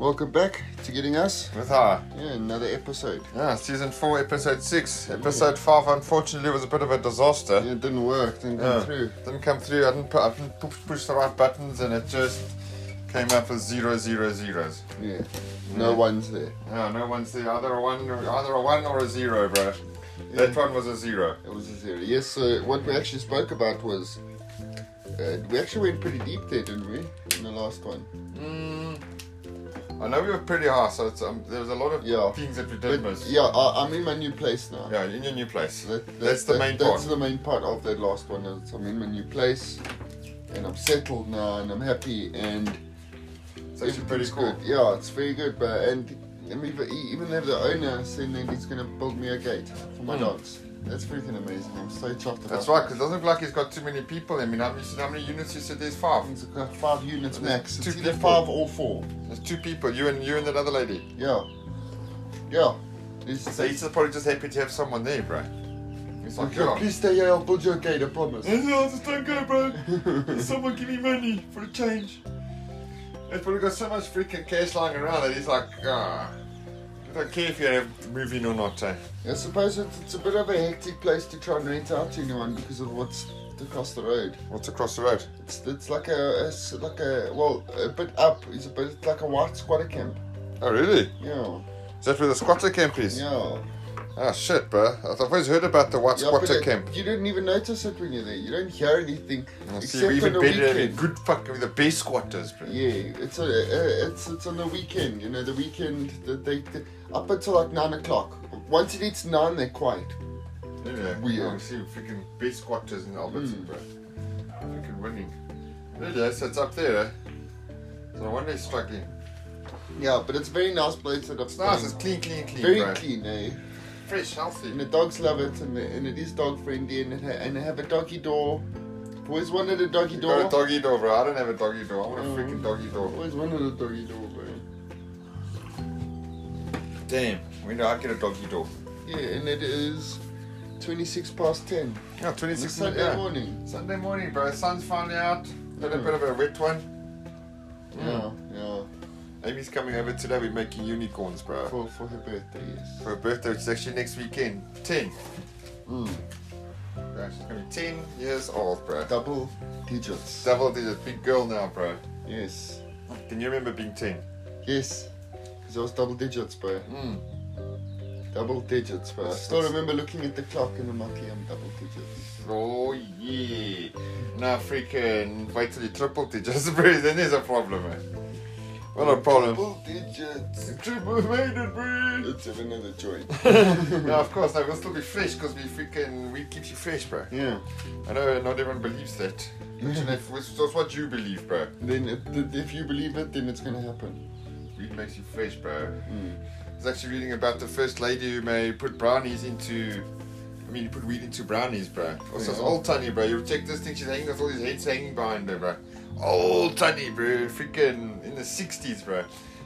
Welcome back to Getting Us. with her. Yeah, another episode. Yeah, season four, episode six. Episode five, unfortunately, was a bit of a disaster. Yeah, it didn't work, didn't come Yeah. through. Didn't come through. I didn't, pu- I didn't pu- push the right buttons, and it just came up as zero, zero, zeros. Yeah. No one's there. No, no one's there. Either a one, or, either a one or a zero, bro. That one was a zero. It was a zero. Yes, so what we actually spoke about was. Uh, we actually went pretty deep there, didn't we? In the last one. Mm. I know we were pretty high, so it's, um, there was a lot of Yeah. things that we did But miss. yeah, I, I'm in my new place now. Yeah, in your new place. That- that- that's the that- main That's part. the main part of that last one. Is I'm in my new place, and I'm settled now, and I'm happy, and It's actually pretty everything's cool. Good. Yeah, it's very good, but and I mean, but e- even have the owner saying that he's gonna build me a gate for my Mm. dogs. That's freaking amazing. I'm so chuffed about. That's that. right, 'cause it doesn't look like he's got too many people. I mean, how many, how many units you said there's five? It's got five units There's max. It's two either people. five or four. There's two people, you and you and that other lady. Yeah, yeah. It's, So he's just probably just happy to have someone there, bro. He's like, oh. Okay, yeah. please stay here. I'll build you a gate. I promise. No, just don't go, bro. someone give me money for a change. He's probably got so much freaking cash lying around that he's like, ah, I don't care if you have moving or not. Eh? I suppose it's, it's a bit of a hectic place to try and rent out to anyone because of what's across the road. What's across the road? It's, it's like a it's like a well a bit up. It's a bit like a white squatter camp. Oh, really? Yeah, Is that where the squatter camp is? yeah. Oh shit, bro. I've always heard about the white yeah squatter but camp. You didn't even notice it when you're there. You don't hear anything I see, except we on even the better than weekend. good fucking the best squatters, bro. Yeah, it's a, uh, it's it's on the weekend. You know, the weekend that they, they up until like nine o'clock. Once it hits nine, they're quiet. Yeah, Hmm. we Weird. are seeing freaking best squatters in Alberton, bro. Freaking winning. Really, eh? so it's up there, eh? So no wonder he's struggling. Yeah, but it's a very nice place. That It's nice, it's clean, clean, clean, very bro. clean, eh? Fresh, healthy. and the dogs love it, and, the, and it is dog friendly, and it ha- and they have a doggy door. Always wanted a doggy You door. got a doggy door, Hmm. bro. I don't have a doggy door. I want a Mm. freaking doggy door. Always wanted a doggy door, bro. Damn. When do I get a doggy door? Yeah, and it is 26 past 10. Yeah, It's 26 Sunday minutes. Yeah. morning. Sunday morning, bro. Sun's finally out. Had a Mm. bit of a wet one. Yeah, yeah. Amy's coming over today. We're making unicorns, bro. For, for her birthday, yes. For her birthday, which is actually next weekend. 10. Hmm. Mm. Bro, she's gonna be 10 years old, bro. Double digits. Double digit, big girl now, bro. Yes. Can you remember being 10? Yes. Because I was double digits, bro. Mm. Double digits, bro. I That's- still that's- remember looking at the clock and the monkey, I'm double digits. Oh, yeah. Now, freaking, wait till you triple digits, bro. Then there's a problem, man. Well, a problem. Double digits. Triple made it, bro. Let's have another joint. no, of course, no, we'll still be fresh because we freaking, we keep you fresh, bro. yeah. I know not everyone believes that. But you know, if- That's what you believe, bro. Then if, if you believe it, then it's gonna happen. Weed makes you fresh, bro. I was actually reading about the first lady who may put brownies into. I mean, you put weed into brownies, bro. Also, it's Yeah. old Tony, bro. You check this thing, she's hanging with all these heads hanging behind her, bro. Old Tony, bro. Freaking in the 60s, bro.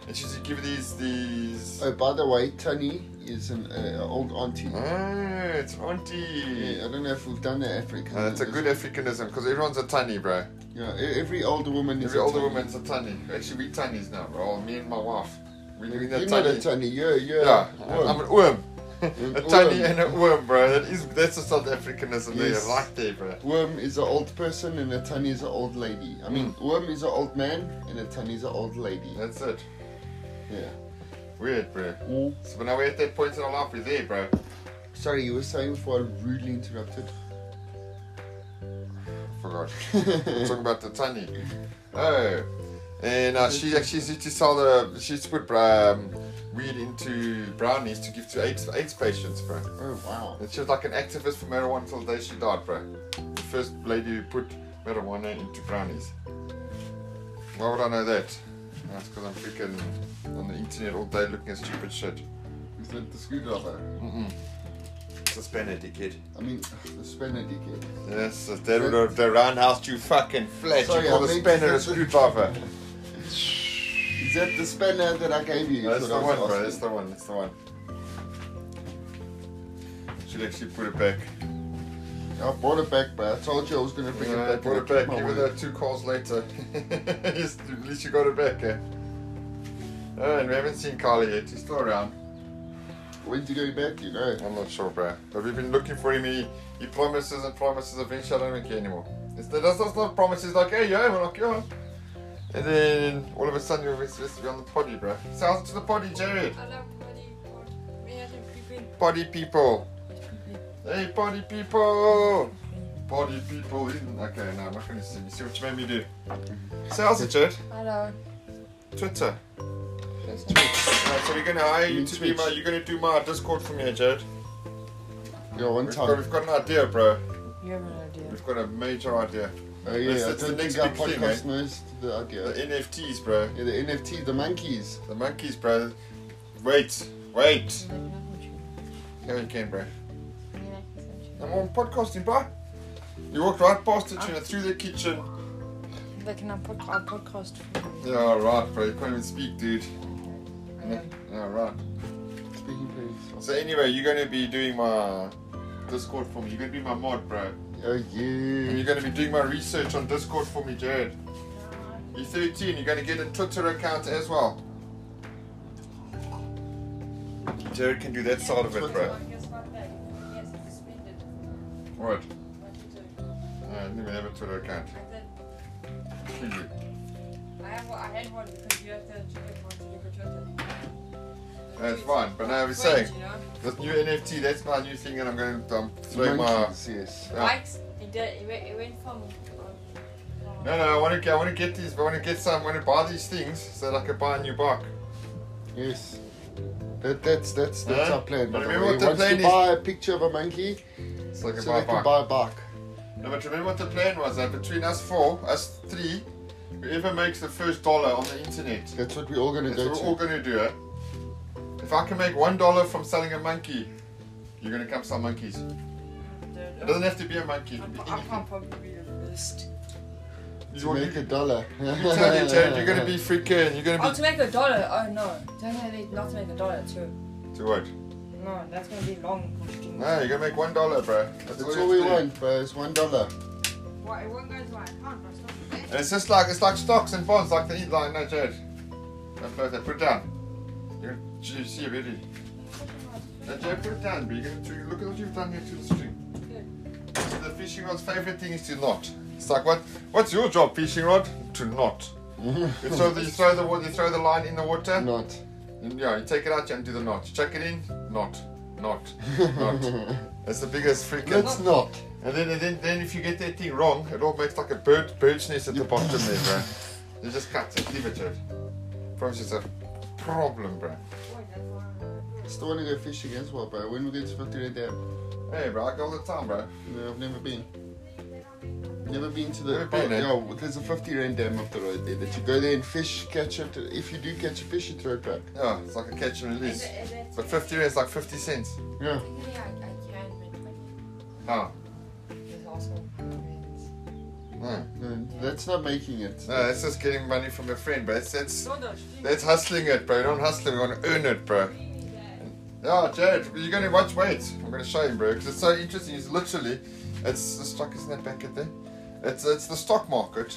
And she's give these. these. Oh, by the way, Tony is an uh, old auntie. Ah, it's auntie. Yeah, um, I don't know if we've done that African. Uh, that's a good Africanism because everyone's a Tony, bro. Yeah, e- every older woman is. Every a older Tony. woman's a Tony. Actually, we Tonys now, bro. Me and my wife. We're doing that You're not a Tony. Tony. You're you're. Yeah, Well, I'm an worm. An a tiny worm. and a worm, bro. That is that's a South Africanism Yes. there, right there, bro. Worm is an old person and a Tony is an old lady. I mean, Worm is an old man and a Tony is an old lady. That's it. Yeah. Weird, bro. So now we're at that point in our life, we're there, bro. Sorry, you were saying before I rudely interrupted. Forgot. We're talking about the tiny. Oh, and uh, she actually used to sell the she used to put um, weed into brownies to give to AIDS, AIDS patients, bro. Oh wow. And she was like an activist for marijuana till the day she died, bro. The first lady who put marijuana into brownies. Why would I know that? That's because I'm freaking on the internet all day looking at stupid shit. Is that the screwdriver? Mm-mm. It's a Spaniard, dickhead. I mean, the spanner dickhead. Yes, it's that would the roundhouse you fucking flat. Sorry, you call I a meant- spanner a screwdriver. Is that the spanner that I gave you? No, that's That's the what I one, was bro. asking. That's the one. That's the one. Should actually put it back. I brought it back, but I told you I was gonna bring Yeah, it back. brought it and I back kept my even word. though two calls later. Yes, At least you got it back, eh? Uh, and we haven't seen Carly yet. He's still around. When's he going back? You know. I'm not sure, bro. But we've been looking for him. He, he promises and promises. Eventually, I don't care anymore. It's the, that's, that's not promises like, hey, yeah, we're like, yeah. And then all of a sudden, you're supposed to be on the potty, bro. Sounds to the potty, Jared. I love potty, pot. Me, I think creeping. Potty people. Hey, potty people. Potty people. In. Okay, no, I'm not going to see. You see what you made me do? Sounds it, Jared. Hello. Twitter. Um, Let's do Right, so we're going to hire you You to be my. Twitch. You're going to do my Discord for me, Jared. Yeah, one We've got, time. we've got an idea, bro. You have an idea. We've got a major idea. Oh yeah, That's- I that's the don't next think our big thing, podcast knows the The idea. NFTs, bro. Yeah, the NFT, the monkeys. The monkeys, bro. Wait, wait. Let me know what you- Yeah, you can, bro. let me know I'm what you- on podcasting, bro. You walked right past it, you know, through the kitchen. They can I pod- I podcast for you. Yeah, right, bro. You can't even speak, dude. Yeah, Okay. yeah, right. Speaking please. So anyway, you're gonna be doing my Discord for me. You're gonna be my mod, bro. Oh And yeah. you're gonna be doing my research on Discord for me, Jared. You're 13. You're gonna get a Twitter account as well. Jared can do that side of it, bro. What? Uh, I didn't even have a Twitter account. Kill you. That's fine, but now we're saying You know? this new NFT. That's my new thing, and I'm going to um, throw my. Monkeys, yes. Yeah. Likes, it, did, it, went, it went from. um, No, no, I want to. I want to get these. I want to get some. I want to buy these things so that I can buy a new bike. Yes. That, that's that's that's Huh? our plan. But By the remember way. what the Once plan you is- buy a picture of a monkey, So I can so buy they a can bike. buy a bike. No, but remember what the plan was. That between us four, us three, whoever makes the first dollar on the internet, That's what we're all gonna that's go what to. we're all going to do. It. If I can make one dollar from selling a monkey, you're going to come sell monkeys. It doesn't have to be a monkey. It can be I anything. can't probably be the first. You to want make a dollar. You tell you, Jared, you're gonna be freaking. You're Oh, gonna to make a dollar? Oh no. Definitely not to make a dollar, too. be. To what? No, that's gonna be long. Christian. No, you're gonna make one dollar, bro. That's, That's you all we have to do. want, bro. It's one dollar. Why- it won't go into my account, but it's not the same. And it's just like it's like stocks and bonds, like the like no, Jared. Don't blow that. Put it down. You're you see already. No, Jared, put it down. But you're gonna do, look at what you've done here to the string. So the fishing rod's favorite thing is to knot. It's like what? What's your job, fishing rod? To knot. You throw the you throw the wa- you throw the line in the water. Not. And, yeah, you take it out, you undo the knot. You chuck it in, knot, knot, knot. That's the biggest freaking. Let's not. And then, and then, then if you get that thing wrong, it all makes like a bird, bird's nest at the bottom there, bro. You just cut it, leave it, Jared. Promise it's a problem, bro. Still want to go fishing as well, bro. When we get to Victoria Dam? Hey, bro, I go all the time, bro. No, I've never been. Never been to the. Never been, eh? yeah, well, there's a 50 rand dam up the road there that you go there and fish, catch it. If you do catch a fish, you throw it back. Yeah, it's like a catch and Is release. it- is it- But 50 rand is like 50 cents. Yeah. Yeah, I- I can make money. Oh, There's also friends. no. No, Mm. that's not making it. No, that's just getting money from a friend, but it's, it's, No, no, she- that's hustling it, er bro. You don't hustle it, you want to earn it, bro. Yeah, Jared, you're going to watch, wait. I'm going to show you, bro, because it's so interesting. It's literally, it's the stock, isn't that back at there? It's, it's the stock market,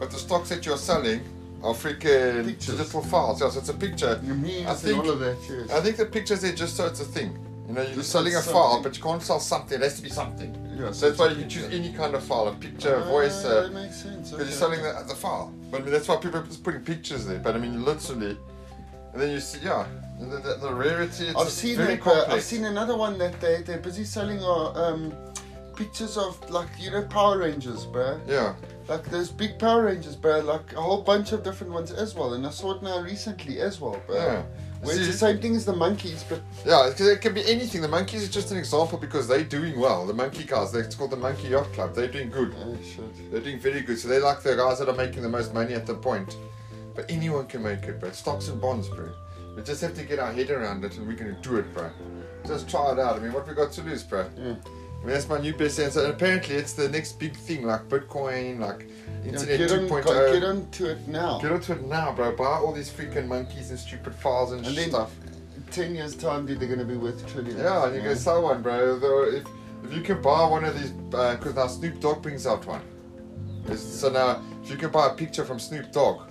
but the stocks that you're selling are freaking Pictures. digital files. Yeah, so it's a picture. Your memes I think- and all of that, yes. I think the pictures there just so it's a thing. You know, you're Just selling a something. file, but you can't sell something. It has to be something. yeah, So that's why you can choose any kind of file, a picture, a Ah, voice, that uh, makes sense. because okay. you're selling the, the file. But I mean, that's why people are just putting pictures there. But I mean, literally, and then you see, yeah, the, the, the rarity. It's I've seen very that, but I've complex. seen another one that they they're busy selling are um, pictures of like you know Power Rangers, bruh. Yeah. Like there's big Power Rangers, bruh. Like a whole bunch of different ones as well, and I saw it now recently as well, bruh. Yeah. Where it's See- the same thing as the monkeys, but Yeah, because it can be anything. The monkeys is just an example because they're doing well. The monkey guys, they- it's called the Monkey Yacht Club. They're doing good. oh shit, They're doing very good. So they're like the guys that are making the most money at the point. But anyone can make it, bro. Stocks and bonds, bro. We just have to get our head around it and we're going to do it, bro. Just try it out. I mean, what we got to lose, bro? Yeah. I mean, that's my new best answer. And apparently, it's the next big thing like Bitcoin, like yeah, Internet get on 2.0. go- get onto it now. oh. Get onto it now, bro. Buy all these freaking monkeys and stupid files and, And then- stuff. Ten years time, dude, they're gonna be worth trillions. Yeah, and you you can know? sell one, bro. Though if if you can buy one of these, uh, because now Snoop Dogg brings out one. It's- So now, if you can buy a picture from Snoop Dogg,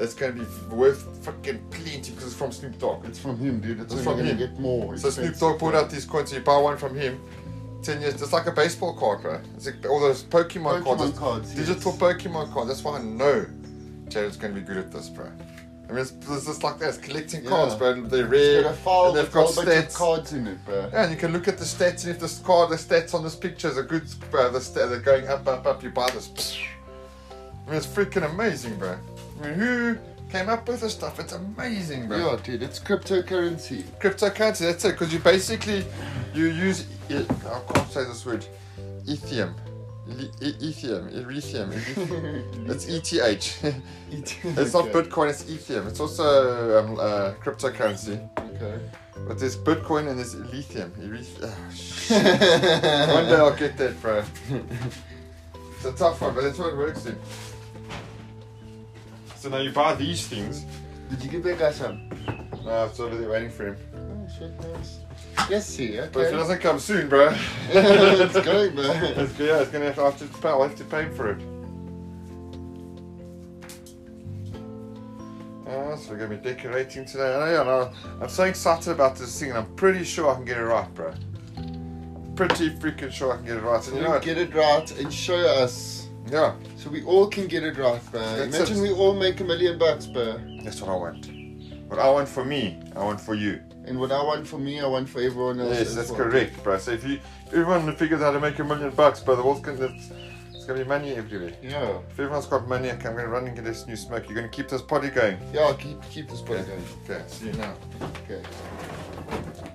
That's going to be worth fucking plenty because it's from Snoop Dogg. It's from him, dude. It's, It's from from gonna him. Get more. So Snoop expensive. Dogg pulled out these coins. You buy one from him. Ten years, it's like a baseball card, bro. It's like all those Pokemon Pokemon, cards, it's cards, yes. digital Pokemon cards. That's why I know Jared's going to be good at this, bro. I mean, it's, it's just like that. It's collecting Yeah. cards, bro. They're It's rare. got a file and they've with a got whole bunch of stats. cards in it, bro. Yeah, and you can look at the stats, and if this card, the stats on this picture is a good, bro, the stat, they're going up, up, up. You buy this. I mean, it's freaking amazing, bro. I mean, who came up with this stuff? It's amazing, bro Yeah, dude. It's cryptocurrency. cryptocurrency. That's it, because you basically you use e- I can't say this word, Ethereum, E- e- Ethereum, Ethereum. it's ETH. it's E not Bitcoin. It's Ethereum. It's also um, uh, cryptocurrency. Okay. But there's Bitcoin and there's Lithium. Ereth- oh, shit. One day I'll get that, bro. It's a tough one, but that's what it works in. So now you buy these things. Did you give that guy some? No, it's over there waiting for him. Oh, shit, nice. Yes, see, okay. But if it doesn't come soon, bro. It's going, bro. It's, yeah, it's gonna have to, I'll have to pay. I'll have to pay for it. Uh, so we're gonna be decorating today. I know, I know, I'm so excited about this thing, and I'm pretty sure I can get it right, bro. Pretty freaking sure I can get it right. And you know what? Get it right and show us. Yeah, So we all can get it right, bro. That's Imagine we it. all make a million bucks, bro. that's what I want. What I want for me, I want for you. And what I want for me, I want for everyone else. Yes, as that's well. correct, bro. So if you everyone figures out how to make a million bucks, bro, the world's gonna it's, it's gonna be money everywhere. Yeah, If everyone's got money, okay, I'm gonna run and get this new smoke. You're gonna keep this party going. yeah. Keep keep this body going. Okay, see you now. Okay. Oh,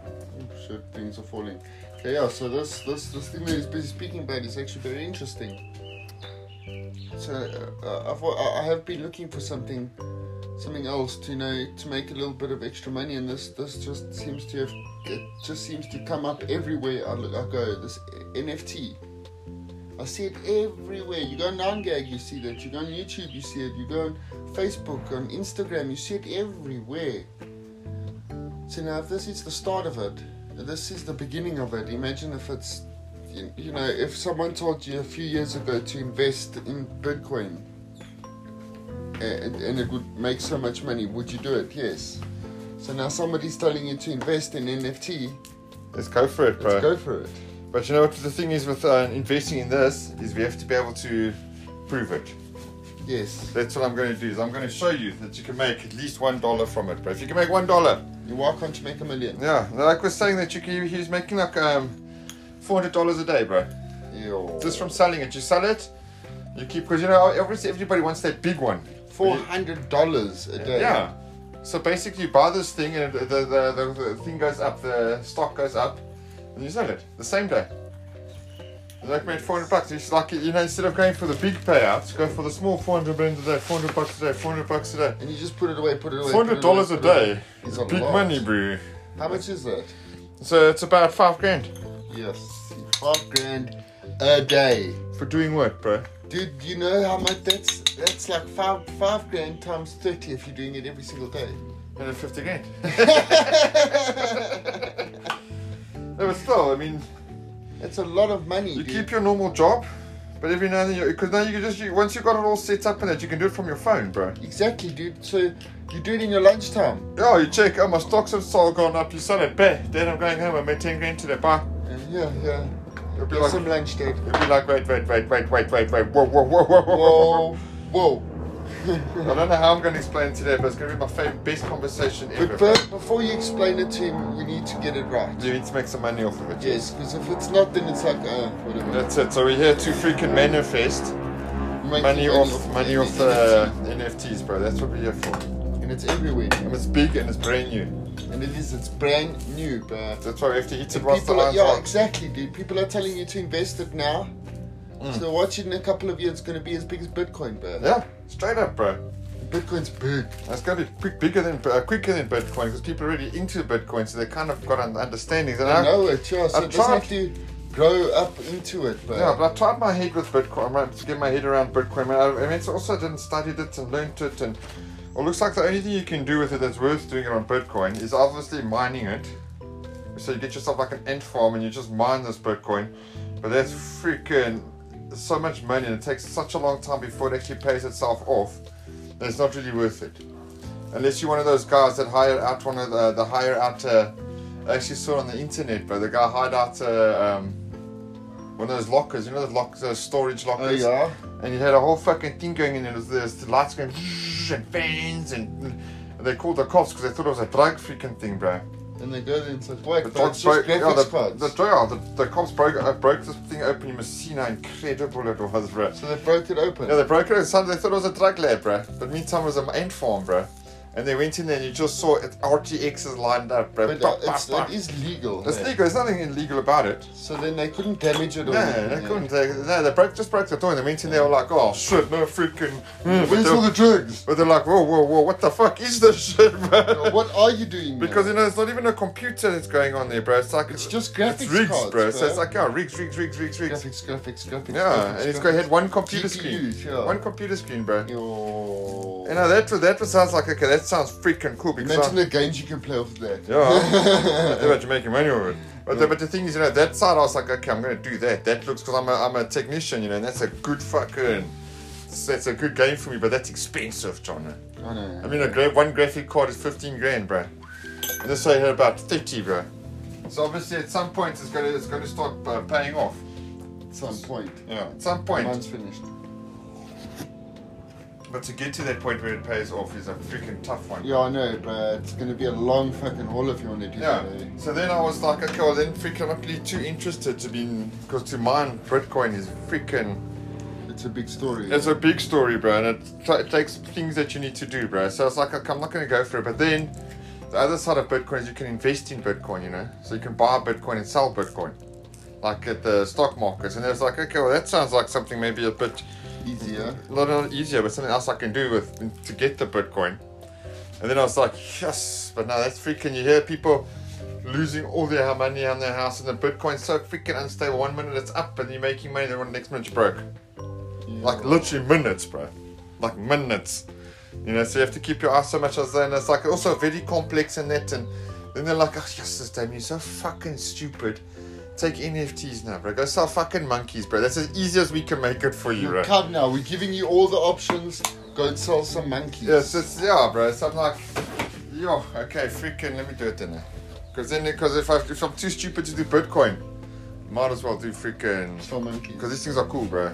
shit, things are falling. Okay, yeah. So this this this thing that he's busy speaking about is actually very interesting. So uh, uh, I've, I I have been looking for something, something else to you know to make a little bit of extra money, and this this just seems to have it just seems to come up everywhere I, look, I go. This NFT. I see it everywhere. You go on 9gag, you see that. You go on YouTube, you see it. You go on Facebook, on Instagram, you see it everywhere. So now, if this is the start of it, this is the beginning of it. Imagine if it's, you, you know, if someone told you a few years ago to invest in Bitcoin and, and it would make so much money, would you do it? Yes. So now somebody's telling you to invest in NFT, Let's go for it, let's bro. go for it. But you know what the thing is with uh, investing in this is we have to be able to prove it. Yes. That's what I'm going to do. Is I'm going to show you that you can make at least one dollar from it. But if you can make one dollar, Why can't you make a million? yeah, like we're saying that you can. He's making like um, four hundred dollars a day, bro. Yo. Just from selling it. You sell it, you keep because you know obviously everybody wants that big one. $400 a day. Yeah. So basically, you buy this thing and the, the, the, the thing goes up, the stock goes up, and you sell it the same day. You like made 400 bucks. It's like, you know, instead of going for the big payouts, go for the small 400 rand a day, 400 bucks a day, 400 bucks a day. And you just put it away, put it away. put it away, $400 a put it away. day It's is a big lot. money, bro. How much is that? So it's about five grand Yes. Five grand a day. for doing work, bro. Dude, you know how much that's that's like five five grand times thirty if you're doing it every single day. 150 grand. No, but still, I mean, That's a lot of money. you dude. keep your normal job, but every now and then, because now you can just, you, once you've got it all set up and that, you can do it from your phone, bro. exactly, dude. So you do it in your lunchtime, Oh, you check. Oh, my stocks have all gone up. You sell it back. Then I'm going home. I made 10 grand today. Bye. and yeah, yeah, It'll be get like, some lunch, dude. it'll be like, wait, wait, wait, wait, wait, wait, wait. Whoa, whoa, whoa, whoa, whoa. Whoa, whoa. I don't know how I'm going to explain it today, but it's going to be my favorite, best conversation ever. But first, before you explain it to him, we need to get it right. you need to make some money off of it. Yes, because if it's not, then it's like uh, whatever. That's it. So we're here to freaking manifest Making money off, money off the NFT. NFTs, bro. That's what we're here for. and it's everywhere, dude. And it's big and it's brand new. and it is. It's brand new, but That's why we have to eat it And whilst the people are, iron's yeah, hot. exactly, dude. People are telling you to invest it now. So watch it in a couple of years. It's going to be as big as Bitcoin, bro. Mm. Yeah, straight up, bro. Bitcoin's big. It's going to be quick, bigger than uh, quicker than Bitcoin because people are really into Bitcoin, so they kind of got an understanding. And I I, know it, yeah. So I've it doesn't tried- have to grow up into it, bro. yeah, but I tried my head with Bitcoin, right, to get my head around Bitcoin. And I, I mean, it's also didn't study it and learnt it, and well, it looks like the only thing you can do with it that's worth doing it on Bitcoin is obviously mining it. So you get yourself like an ant farm and you just mine this Bitcoin, but that's freaking so much money and it takes such a long time before it actually pays itself off. That's not really worth it. Unless you're one of those guys that hire out one of the, the hire out. Uh, I actually saw on the internet, bro. The guy hired out uh, um, one of those lockers. You know those lockers, those storage Oh, lockers. yeah. And you had a whole fucking thing going in, and it was this, the lights going and fans, and, and they called the cops because they thought it was a drug freaking thing, bro. And they go there and it's like, wait, The but it's cops just broke. Yeah, the, graphics the, cards. yeah, the, the cops broke. uh, broke this thing open. You must see how incredible it was, bro. so they broke it open. Yeah, they broke it. Some they thought it was a drug lab, bro. But meantime, it was an ant farm, bro. And they went in there, and you just saw it, RTXs lined up, bro. but Bah, uh, it's, bah, bah. it is legal. It's there. legal. There's nothing illegal about it. So then they couldn't damage it or No, anything, they yeah. couldn't. They, no, they broke, just broke the door. And they went in there, were like, oh shit, no freaking. Mm, but, Where's all they're, the drugs? but they're like, whoa, whoa, whoa, what the fuck is this shit, bro? what are you doing? now? Because you know, it's not even a computer that's going on there, bro. It's like uh, it's just graphics it's rigs, cards, bro. So it's like, yeah, rigs, rigs, rigs, rigs, rigs. graphics, graphics, graphics. Yeah, and it's got had one computer screen, GPUs, yeah. one computer screen, bro. Yo. You know that was that was sounds like okay, that sounds freaking cool because Imagine I, the games you can play off that. yeah, they were actually making money over it. But the, but the thing is, you know, that side I was like, okay, I'm gonna do that. That looks because I'm a I'm a technician, you know, and that's a good fucking that's a good game for me, but that's expensive, John. I know. I mean, a gra- one graphic card is 15 grand, bro. And this I had about 30, bro. So obviously, at some point, it's gonna it's gonna start uh, paying off. at some point. Yeah. At some Point. point. Mine's finished. But to get to that point where it pays off is a freaking tough one. Yeah, I know, but it's gonna be a long fucking haul if you want to do Yeah. that. eh? So then I was like, okay, well then freaking not really too interested to be because to mine Bitcoin is freaking It's a big story. it's a big story, bro, and it, t- it takes things that you need to do, bro. So it's like, okay, I'm not gonna go for it. But then the other side of Bitcoin is you can invest in Bitcoin, you know, so you can buy Bitcoin and sell Bitcoin, like at the stock markets. And it's like, okay, well that sounds like something maybe a bit easier. a lot, lot easier, but something else I can do with to get the Bitcoin. And then I was like, yes, but now that's freaking. You hear people losing all their money on their house, and the Bitcoin's so freaking unstable. One minute it's up, and you're making money, then the next minute you're broke. Like literally minutes, bro. Like minutes. You know, so you have to keep your eyes so much as that. And it's like also very complex in that. And then they're like, oh, yes, this damn, you're so fucking stupid. Take NFTs now, bro. Go sell fucking monkeys, bro. That's as easy as we can make it for you, bro. Come now, we're giving you all the options. Go and sell some monkeys. Yeah, it's just, yeah, bro. So I'm like, yo, okay, freaking, let me do it then. Because then, because if, I, if I'm too stupid to do Bitcoin, might as well do freaking. Sell monkeys. Because these things are cool, bro.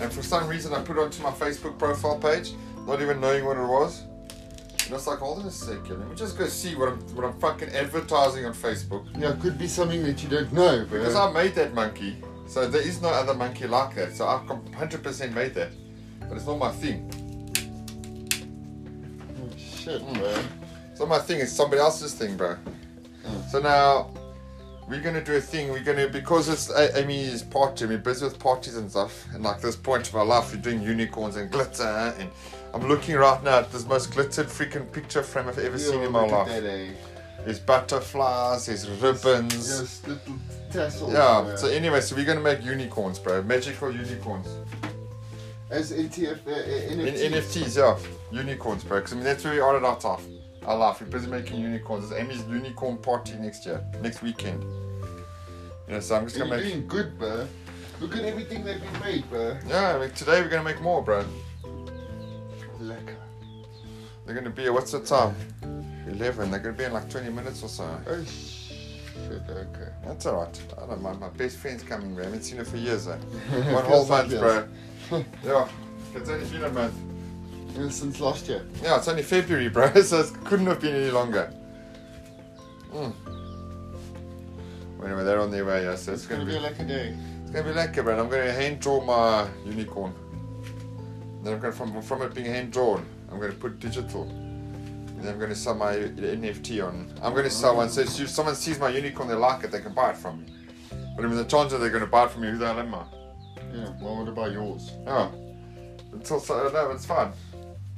And for some reason, I put it onto my Facebook profile page, not even knowing what it was. And it's like, hold on a second, let me just go see what I'm, what I'm fucking advertising on Facebook. Yeah, it could be something that you don't know, bro. Because I made that monkey, so there is no other monkey like that. So I 100% made that. But it's not my thing. Oh, Shit, Mm. bro. So my thing is somebody else's thing, bro. Mm. So now we're gonna do a thing. We're gonna because it's A- Amy's party. We're busy with parties and stuff. And like this point of our life, we're doing unicorns and glitter. And I'm looking right now at this most glittered freaking picture frame I've ever seen Yeah, in my look at life. that, eh? There's butterflies. There's ribbons. Just little tassels. Yeah. bro. So anyway, so we're gonna make unicorns, bro. Magical unicorns. As ETF, uh, uh, In NFTs. NFTs, yeah, unicorns, bro. 'Cause I mean, that's where we are at our time. Our life. We're busy making unicorns. It's Amy's unicorn party next year, next weekend. You know, so I'm just And gonna You're make. doing good, bro. Look at everything that we made, bro. Yeah, like today we're gonna make more, bro. Lekker. They're gonna be. What's the time? Eleven. They're gonna be in like 20 minutes or so. Oh shit, okay. That's alright. I don't mind. My best friend's coming, bro. I haven't seen her for years, though. One whole Feels like month, bro. yeah. It's only been a month. Yeah, Since last year. Yeah, it's only February, bro. So it couldn't have been any longer. Mm. Well, Anyway, they're on their way, yeah. So it's, It's gonna be a lekker day. it's gonna be lekker, bro. I'm gonna hand draw my unicorn. Then I'm gonna from from it being hand drawn, I'm gonna put digital. And then I'm gonna sell my NFT on. I'm gonna sell one. So if someone sees my unicorn, they like it, they can buy it from me. But I mean, the chance that they're gonna buy it from me, who the hell am I? Yeah, well, what about yours? Yeah. It's also no, it's fine.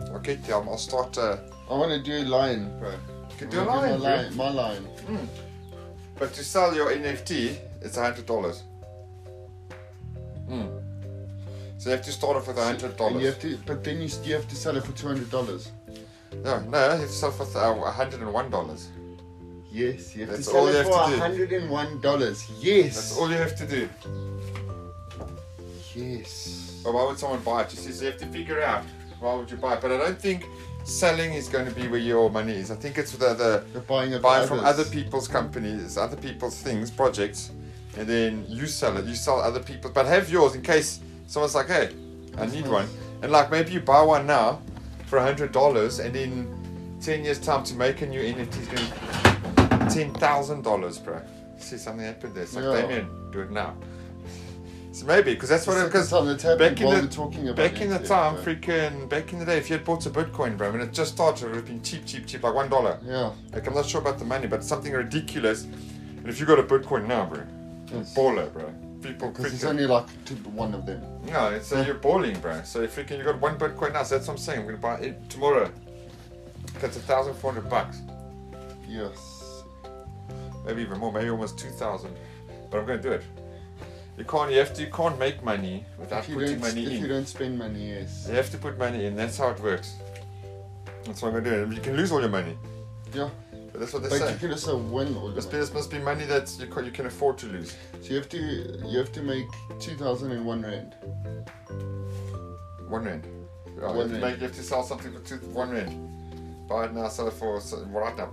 Okay, I'll I'll start. Uh, I wanna do a line, bro. can do a I wanna line, My bro. line, my line. But to sell your NFT, it's a hundred dollars. Mm. So you have to start off with a hundred And you dollars. have to, but then you, you have to sell it for two hundred dollars. No, no, you have to start off with um, a hundred and one dollars. Yes, you have That's to sell all you it have for to do. hundred and one dollars. Yes. That's all you have to do. Yes. Oh, But why would someone buy it? Just you have to figure out why would you buy? But I don't think selling is going to be where your money is. I think it's the the You're buying it buy from other people's companies, other people's things, projects, and then you sell it. You sell other people, but have yours in case someone's like, "Hey, I need one." And like maybe you buy one now for a hundred dollars, and in ten years' time to make a new NFT is going to ten thousand dollars, bro. See something happened there. It's like Yeah. Damien, do it now. So maybe because that's what because time that's happened back in while the- we're talking about Back in the it, yeah, time, so- freaking back in the day, if you had bought a Bitcoin, bro, when it just started, it would have been cheap, cheap, cheap, like one dollar. Yeah. Like I'm not sure about the money, but something ridiculous. And if you got a Bitcoin now, bro, you're a Yes. baller, bro. People Because it's freaking- only like two, one of them. no, it's uh, you're balling, bro. So if freaking you got one Bitcoin now, so that's what I'm saying. I'm gonna buy it tomorrow. That's a thousand four hundred bucks, Yes. maybe even more, maybe almost two thousand. But I'm gonna do it. You can't. You have to. You can't make money without If you, putting don't, money if in. you don't spend money, yes. You have to put money in. That's how it works. That's what I'm gonna do. You can lose all your money, Yeah. but that's what they But say. you could also win all the This money. this must be money that you can, you can afford to lose. So you have to you have to make two thousand and one rand. One rand. Yeah, One you, have to rand. make, you have to sell something for two, one rand. Buy it now, sell it for so- right now.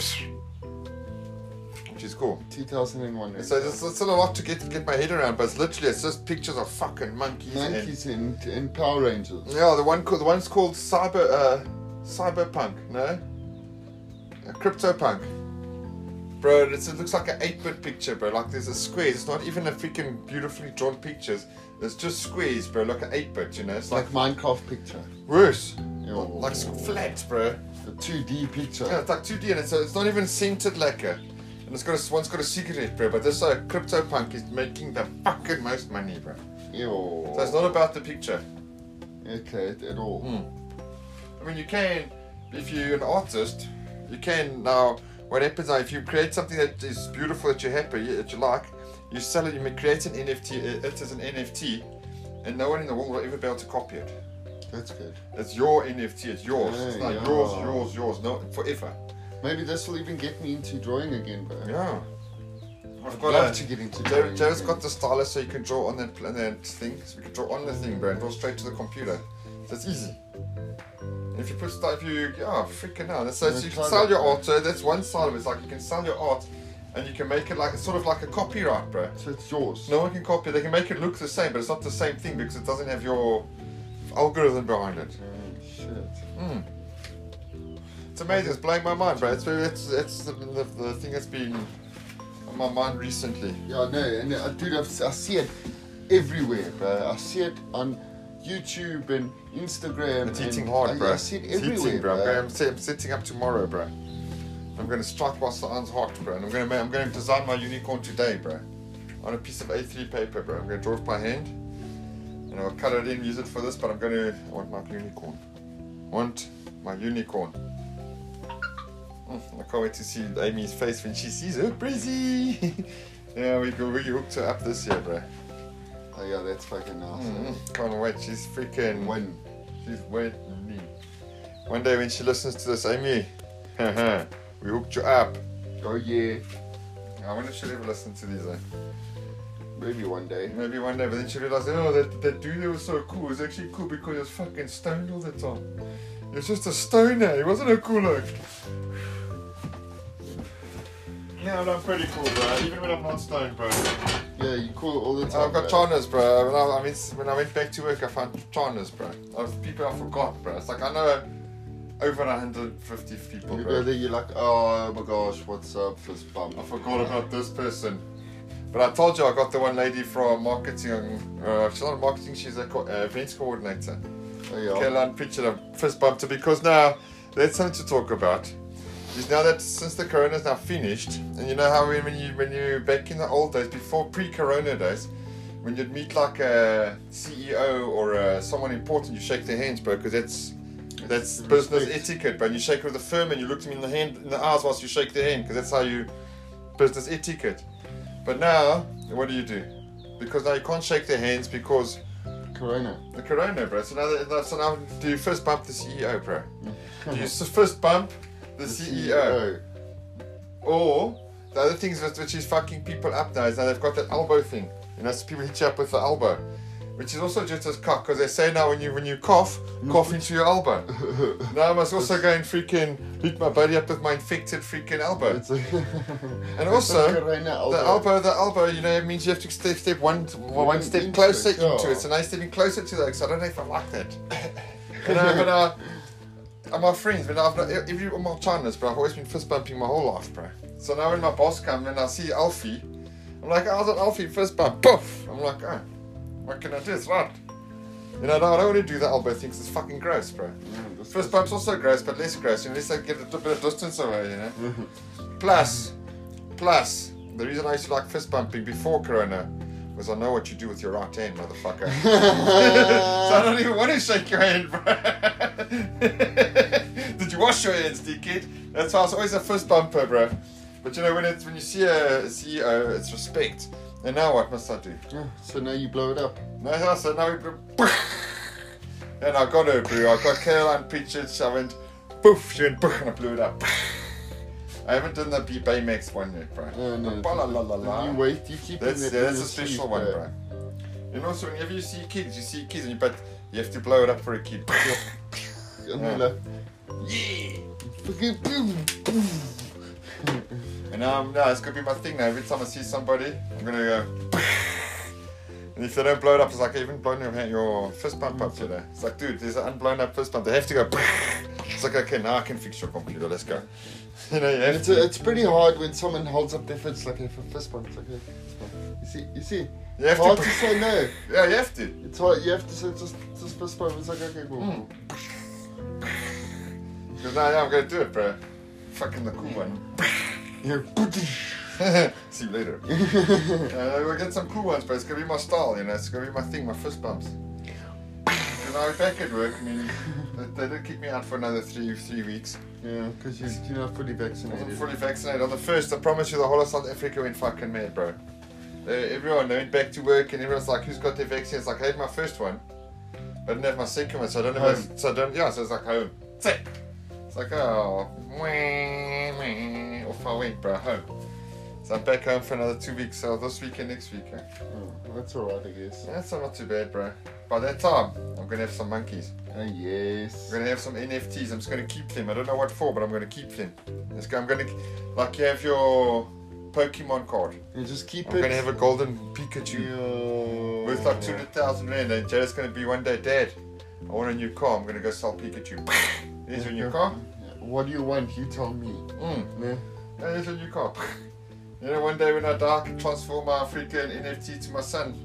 Which is cool. Two thousand and one rand. So there's there's still a lot to get get my head around, but it's literally it's just pictures of fucking monkeys. and- monkeys and and Power Rangers. yeah, the one called the one's called cyber uh, cyberpunk. No, uh, cryptopunk. Bro, it's, it looks like an 8-bit picture, bro. Like there's a squares. It's not even a freaking beautifully drawn pictures. It's just squares, bro. Like an 8-bit, you know. It's It's like like Minecraft picture. worse. Yo. Like s- flat, bro. A two D picture. Yeah, it's like 2D and it's, it's not even centered like a. And it's got a, one's got a cigarette, bro. But this uh, CryptoPunk is making the fucking most money, bro. Yo. So it's not Hmm. about the picture. okay at, at all. I mean, you can, if you're an artist, you can now. What happens now, if you create something that is beautiful, that you're happy, that you like, you sell it, you may create an NFT, uh, it is an NFT, and no one in the world will ever be able to copy it. That's good. It's your NFT, it's yours. it's Hey, not yeah. yours, yours, yours, no, forever. Maybe this will even get me into drawing again, bro. Yeah. I've I'd got love a- to get into Jared, drawing. Jared's again. got the stylus so you can draw on that, pl- on that thing. So we can draw on the thing, bro, and draw straight to the computer. So it's easy. And if you put stuff, you oh freaking out. That's so Yeah, you can try sell that, your bro. art. So that's one side of it. It's like you can sell your art, and you can make it like it's sort of like a copyright, bro. So it's yours. No one can copy. it. They can make it look the same, but it's not the same thing because it doesn't have your algorithm behind it. Oh, shit. Mm. It's amazing. It's blowing my mind, bro. It's it's, it's the, the, the thing that's been on my mind recently. Yeah, no, and I do. I've, I see it everywhere, bro. I see it on YouTube and Instagram. It's and eating hard, I, bro. I see it It's everywhere, eating, bro. bro. I'm, se- I'm setting up tomorrow, bro. I'm gonna strike whilst the iron's hot, bro. And I'm gonna ma- I'm gonna design my unicorn today, bro. On a piece of A3 paper, bro. I'm gonna draw it by hand, and I'll cut it in, use it for this. But I'm gonna I want my unicorn. I want my unicorn. Mm, I can't wait to see Amy's face when she sees her Brizzy. yeah, we go. We hooked her up this year, bro. Oh yeah, that's fucking awesome. Mm, Can't wait. She's freaking. When She's waiting. One day when she listens to this, Amy, we hooked you up. oh yeah, I wonder if she'll ever listen to these. Eh? maybe one day. Maybe one day, but then she realized, oh, that, that dude that was so cool was actually cool because he was fucking stoned all the time. He was just a stoner, he wasn't a cooler. No, no, I'm pretty cool, bro. Even when I'm not stoned, bro. Yeah, you call all the time. I've got bro. China's, bro. When I, I mean, when I went back to work, I found China's, bro. Of people I forgot, bro. It's like I know over 150 people, You bro. go there, you're like, oh my gosh, what's up, Oh, fist bump. I forgot about this person. But I told you I got the one lady from marketing. Uh, she's not marketing, she's a co- uh, events coordinator. Oh, yeah. Caroline Pritchard, I fist bumped her because now that's something to talk about. Is now that since the corona's now finished, and you know how when when you when you back in the old days before pre-corona days, when you'd meet like a CEO or uh someone important, you shake their hands, bro, because that's that's Respect. business etiquette, bro. And you shake with the firm, and you look them in the hand in the eyes whilst you shake their hand, because that's how you business etiquette. But now, what do you do? Because now you can't shake their hands because Corona. the corona, bro. So now, that- so now do you first bump the CEO, bro? Do you s- first bump the, E E CEO? Or the other things with which is fucking people up now is now they've got that elbow thing. You know, so people hit you up with the elbow. which is also just as cock because they say now when you when you cough, cough into your elbow. E now I must also go and freaking hook my buddy up with my infected freaking elbow. It's like And also, It's like a right now, The elbow, the elbow, you know, it means you have to step, step one, one step into closer it, yeah. into it. So now you're stepping closer to that because I don't know if I like that. you know, but uh, I'm my friends, but I've not, e, every, I'm all Chinese, but I've always been fist bumping my whole life, bro. So now when my boss comes and I see Alfie, I'm like, how's an Alfie fist bump? Poof! I'm like, oh, what can I do? It's right. You know, no, I don't want to do the elbow thing 'cause it's fucking gross, bro. Mm, that's- Fist bump's also gross, but less gross. You know, at least I get a bit of distance away, you know. Plus, plus, the reason I used to like fist bumping before Corona was I know what you do with your right hand, motherfucker. so I don't even want to shake your hand, bro. Did you wash your hands, dickhead? That's why I was always a fist bumper, bro. But you know, when it's when you see a CEO, it's respect. And now what must I do? Yeah, so now you blow it up. No, no, so now we. And I got her, bro. I got Caroline Peaches. I went, poof, she went, poof, and I blew it up. I haven't done the B Baymax one yet, bro. Oh, no, Ba la la la la. You wait, you keep That's, it. yeah, that's a special one, bro. And also, whenever you see kids, you see kids, and you, but you have to blow it up for a kid. And Yeah. they're like, yeah! fucking boom, boom. And um, no, it's gonna be my thing now. Every time I see somebody, I'm gonna go. And if they don't blow it up, it's like I haven't blown your hand, your fist pump up today. It's like, dude, there's an unblown up fist pump. They have to go. It's like, okay, now I can fix your computer. Let's go. You know, you have It's, to, it's pretty hard when someone holds up their fist like a f- fist bump. It's like a, you see, you see, you have it's hard to to. say no. Yeah, you have to. It's hard. You have to say just, just fist bump. It's like okay, cool. Mm. Because now, yeah, I'm gonna do it, bro. Fucking the cool one. You're see you later. Uh, we'll get some cool ones, but it's gonna be my style, you know. It's gonna be my thing, my fist bumps. Because I was back at work, I mean, they, they did kick me out for another three three weeks. yeah, because you you're not fully I wasn't vaccinated. fully vaccinated. On the first, I promise you, the whole of South Africa went fucking mad, bro. They, everyone, they went back to work, and everyone's like, "Who's got their vaccine?" It's like I had my first one, but I didn't have my second one, so I don't know. if I- Home. So I don't. Yeah, so it's like home. That's it. It's like oh, wah, wah, off I went, bro, home. So I'm back home for another two weeks. So this weekend, next weekend. Oh, that's alright, I guess. That's not too bad, bro. By that time, I'm gonna have some monkeys. Oh yes. I'm gonna have some NFTs. I'm just gonna keep them. I don't know what for, but I'm gonna keep them. It's go- I'm gonna, like, you have your Pokemon card. You just keep I'm it. gonna have a golden Pikachu Yo. worth like 200,000 rand, and Jared's gonna be one day, Dad, I want a new car. I'm gonna go sell Pikachu. Here's your new car. What do you want? You tell me. Mm. Yeah. Hey, Here's your new car. You know, one day when I die, I can transform my freaking NFT to my son.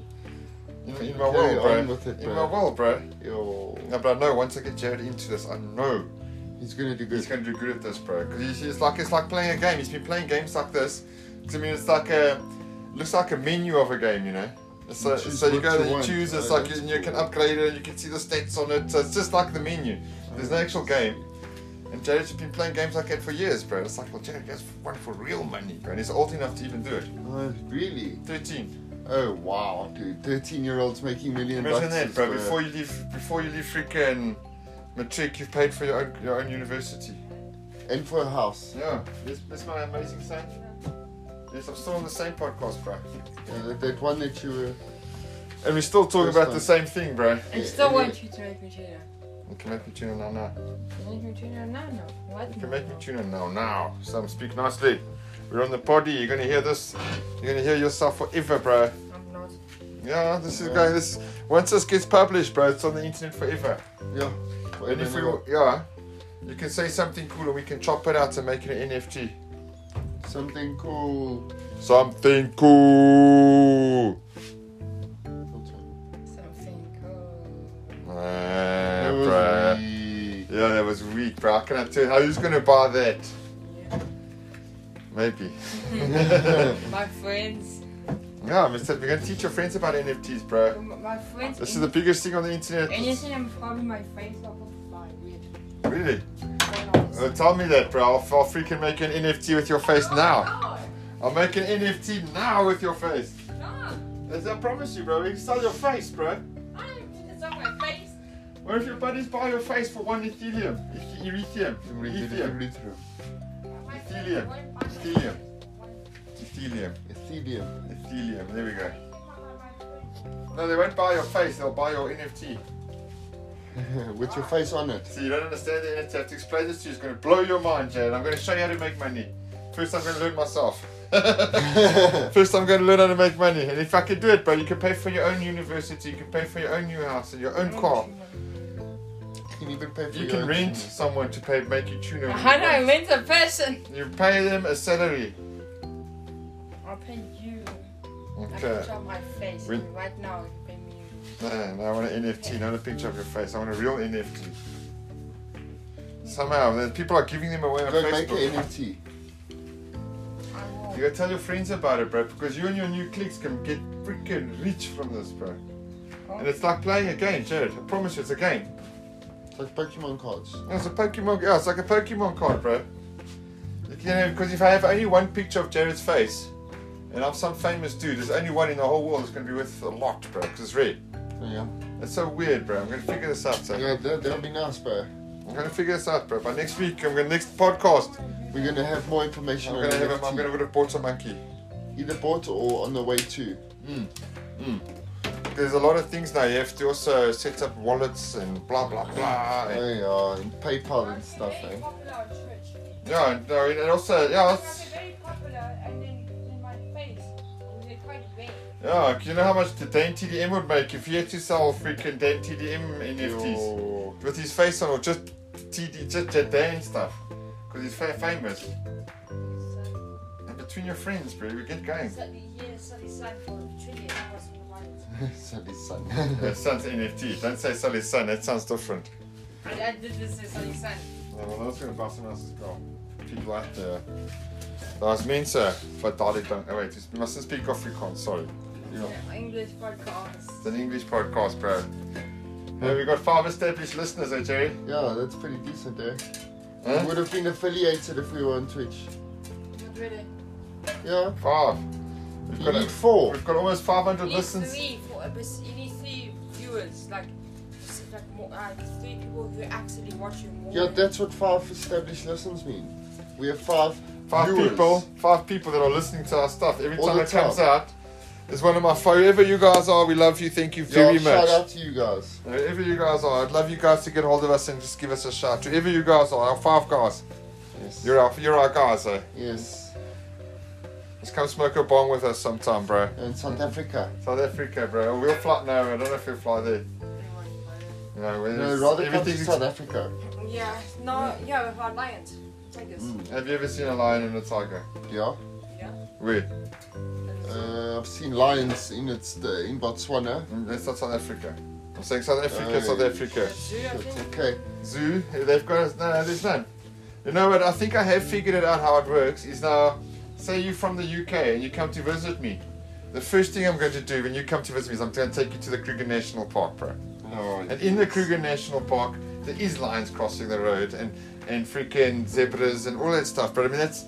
In, in my Carry world, bro. on with it, In bro. my world, bro. Yo. No, but I know once I get Jared into this, I know He's gonna do good. he's going to do good at this, bro. Because it's like it's like playing a game. He's been playing games like this. 'Cause I mean, it's like a looks like a menu of a game, you know. It's You a, choose so you what go you there, you want. choose. It's Oh, like you, that's you can cool. upgrade it. You can see the stats on it. So it's just like the menu. There's no actual game. And Jared's been playing games like that for years, bro. It's like, well, Jared goes for one for real money, bro. And he's old enough to even do it. Oh, really? 13. Oh wow, dude. Thirteen year olds making million Imagine bucks. that, is, bro. Before you leave, before you leave freaking matric, you've paid for your own, your own university. And for a house. Yeah, this, this my amazing son. Yes, I'm still on the same podcast, bro. Yeah, that, that one that you were. And we're still talking This about one. the same thing, bro. I still want you to make me tuna. You can make me tune in now, now. Make me tuna now, no. What? You now, can make me no? tune in now, now. So I'm speak nicely. We're on the potty. You're gonna hear this. You're gonna hear yourself forever, bro. I'm not. Yeah, this is going. This once this gets published, bro, it's on the internet forever. Yeah. And if we, yeah, you can say something cool, and we can chop it out and make it an NFT. something cool. Something cool. Something cool. Yeah, That was bro. weak. Yeah, that was weak, bro. How Can I tell you, who's gonna buy that? Yeah. Maybe. My friends. Yeah, Mister, we're gonna teach your friends about NFTs, bro. My friends. This is the biggest thing on the internet. Anything I'm probably my friends are probably weird. Really? Don't know. Uh, tell me that, bro. I'll, I'll freaking make an NFT with your face Uh, now. I'll make an NFT now with your face. Oh, No, no. As I promise you, bro. We can sell your face, bro. I don't- It's on my face. What if your buddies buy your face for one Ethereum? Eth- Ethereum. Ethereum. Ethereum. My friends Ethereum. won't buy my Ethereum. face. Ethereum. Ethereum. Ethereum. There we go. My friends No, they won't buy your face, they'll buy your NFT. with your face on it. So you don't understand the NFT. I have to explain this to you. It's going to blow your mind, Jay. And I'm going to show you how to make money. First, I'm going to learn myself. First, I'm going to learn how to make money. And if I can do it, bro, you can pay for your own university, you can pay for your own new house, and your own car. You can even pay for You your can own rent tunes. someone to pay, make you tune I know, means a person. You pay them a salary. I'll pay you. I Okay. can show my face. We- Right now, you pay me. Man, I want an NFT, not a picture of your face. I want a real NFT. Somehow, the people are giving them away on Go make Facebook. an NFT. I will. You gotta tell your friends about it, bro, because you and your new cliques can get freaking rich from this, bro. And it's like playing a game, Jared. I promise you, it's a game. It's like Pokemon cards. Yeah, It's a Pokemon. Yeah, it's like a Pokemon card, bro. You know, because if I have only one picture of Jared's face, and I'm some famous dude, there's only one in the whole world that's gonna be worth a lot, bro, because it's red. Yeah. It's so weird, bro. I'm gonna figure this out, so Yeah, that, that'll be nice, bro. I'm gonna figure this out, bro. By next week, I'm gonna next podcast. We're gonna have more information I'm on gonna have. NFT. A, I'm gonna have a bought a monkey. Either bought or on the way to. There's a lot of things now. You have to also set up wallets and blah blah blah. And, Yeah, and uh, PayPal and stuff, eh? Very popular at church. Yeah, no, and it also, yeah, They it's, are very popular and then in my face. They're quite big. yeah. You know how much the Dane TDM would make if he had to sell freaking Dane TDM NFTs Yo. with his face on, or just TD, just the Dane stuff, because he's fa- famous. So, And between your friends, bro, we get going. so the year, so the sun for trillion was in the mind. Silly son. That sounds NFT. Don't say sell his son. That sounds different. I, I did this as a sun. Yeah, well, that's gonna buy someone else's car. People out there. Daar's mense wat daardie ding, oh wait, we mustn't speak Afrikaans, sorry. Yeah. English podcast. It's an English podcast, bro. Hey, we got five established listeners, eh, Jerry? yeah, that's pretty decent, eh? Huh? We would have been affiliated if we were on Twitch. Not really. Yeah. Five. We've You got, need four. we've got almost 500 You need listens. three for episode. You need three viewers, like just like more, like three people who actually watch you more. Yeah, that's what five established listens mean. We have five Five viewers. people, five people that are listening to our stuff every All time the it comes time. out. It's one of my forever you guys are. We love you. Thank you very yeah, much. Shout out to you guys. Wherever you guys are, I'd love you guys to get hold of us and just give us a shout. Wherever you guys are, our five guys. Yes. You're our, you're our guys, eh? yes. Just come smoke a bong with us sometime, bro. And South Africa. South Africa, bro. Oh, We'll fly. No, I don't know if we'll fly there. You know, where No, it's- rather come to everything's. South Africa. Yeah. No. Yeah, with our lions. Like this. Have you ever seen a lion and a tiger? Yeah. Yeah. Where? Uh, I've seen lions in its the, in Botswana. Mm, That's not South Africa. I'm saying South Africa, Oh, South yeah. Africa. Zoo, I It's think. okay. Zoo, they've got. No, no, there's none. You know what? I think I have figured it out how it works. Is now, say you're from the UK and you come to visit me. The first thing I'm going to do when you come to visit me is I'm going to take you to the Kruger National Park, bro. Oh, And in the Kruger National Park, there is lions crossing the road and, and freaking zebras and all that stuff. But I mean, that's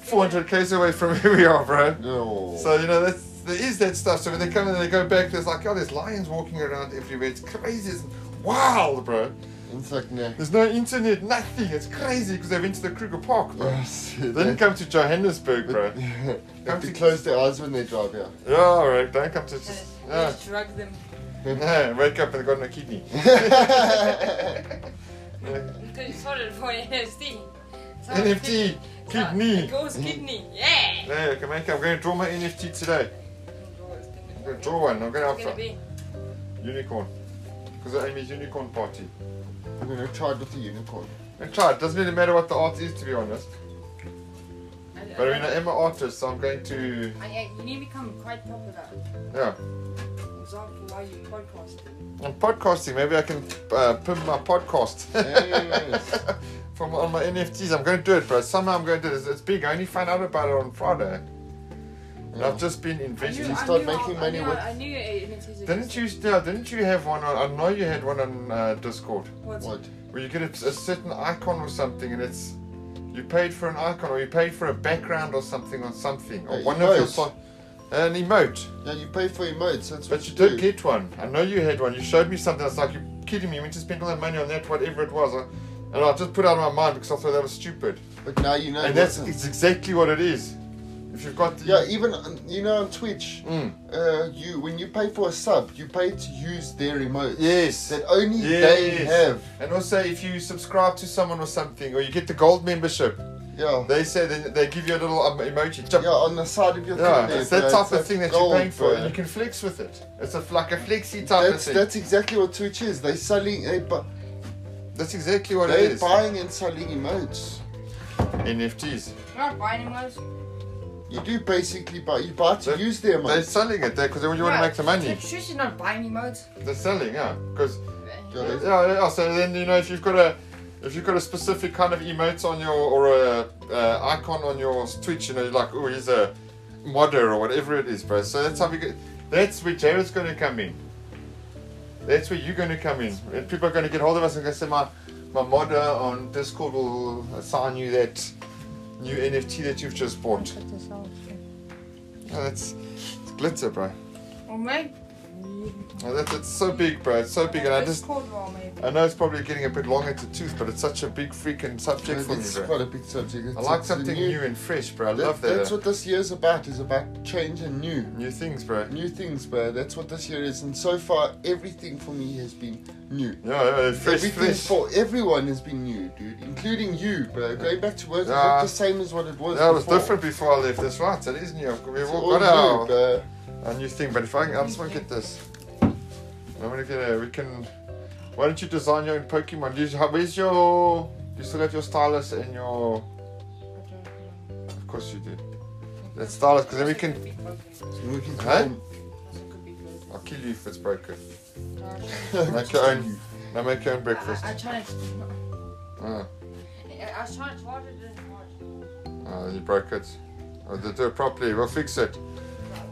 400 k's away from where we are, bro. No. So, you know, that's, there is that stuff. So when they come and they go back, there's like, oh, there's lions walking around everywhere. It's crazy. It's wild, bro. it's like nah. There's no internet, nothing. It's crazy because they went to the Kruger Park, bro. Yes. They didn't come to Johannesburg, bro. Oh, they Come have to- to close their eyes when they drive. Yeah. Yeah, all right, don't come to. Just, Yeah. just uh, drug them. No, wake up and got no kidney. Because you sold it for NFT. So- NFT, so kidney. It goes kidney. Yeah. No, okay, mate, I'm going to draw my NFT today. I'm going to draw one. I'm going It's to gonna have be. unicorn. Because I am a unicorn party. I'm gonna try it with the unicorn. I tried. Doesn't really matter what the art is, to be honest. I- I But I don't- mean, I am an artist, so I'm going to. I, I, you need to become quite popular. Yeah. For example, why you podcast. I'm podcasting. Maybe I can uh, pimp my podcast Yes. from on my NFTs. I'm going to do it, bro. Somehow I'm going to do this. It's big. I only found out about it on Friday. And I've just been envisioning. you- start making money I knew, with- I knew it, it is Didn't you still? Didn't you have one on? I know you had one on uh, Discord. What? what? where you get a, a certain icon or something, and it's you paid for an icon or you paid for a background or something on something or An one of your emote. so- an emote. Yeah, you pay for emotes. That's what But you, you did do. get one. I know you had one. You showed me something. I was like, "You're kidding me? We just spent all that money on that, whatever it was." I- And I just put it out of my mind because I thought that was stupid. But now you know. and it that's wasn't. it's exactly what it is. If you've got the. Yeah, even on- you know on Twitch, Mm. uh, you when you pay for a sub, you pay to use their remotes. Yes. That only they Yes. have. And also, if you subscribe to someone or something, or you get the gold membership, Yeah. they say they, they give you a little um, emoji. Chip. yeah, on the side of your Yeah, thing there, it's that bro, it's type of thing that gold, you're paying for, bro. and you can flex with it. It's a, like a flexi type That's of thing. that's exactly what Twitch is. They selling eh, they bu- That's exactly what it they're is. buying and selling emotes. NFTs. Not buying emotes. You do basically buy you buy to They- use their They're emotes. selling it there because they want- you want to make the money. She's not buying emotes. They're selling, yeah. Because Yeah, yeah, they- yeah. So then you know if you've got a if you've got a specific kind of emote on your or a uh, icon on your Twitch, you know, you're like oh he's a modder or whatever it is, bro. So that's how we get. That's where Jared's going to come in. That's where you're going to come in. And people are going to get hold of us and going to say my my modder on Discord will assign you that new NFT that you've just bought. Oh, that's it's glitter, bro. Or maybe. Oh, that's it's so big, bro. It's so big, and I It's just called raw, maybe. I know it's probably getting a bit long at the tooth, but it's such a big freaking subject for me, It's bro. quite a big subject. It's- I like it's a something new and fresh, bro. I that- love That's that. uh, what this year's about. Is about change and new. New things, bro. New things, bro. That's what this year is, and so far everything for me has been new. Yeah, yeah, fresh, Everything fresh. for everyone has been new, dude, including you, bro. Going back to work is Yeah. not the same as what it was. Yeah, it was before. different before I left. That's right. It is new. I've- We've It's all all got our, new, bro. our new thing, but if I, can- I just want to get this. I'm gonna get a. We can. Why don't you design your own Pokemon? Do you, how, where's your? Do you still have your stylus and your? Of course you do. Let's stylus because then we can. We can Huh? call- I'll kill you if it's broken. Yeah, Make your own. Now make your own breakfast. I, I, tried, to- Ah. I was trying to charge it, it didn't charge. Uh, you broke it. Oh, they do it properly. We'll fix it.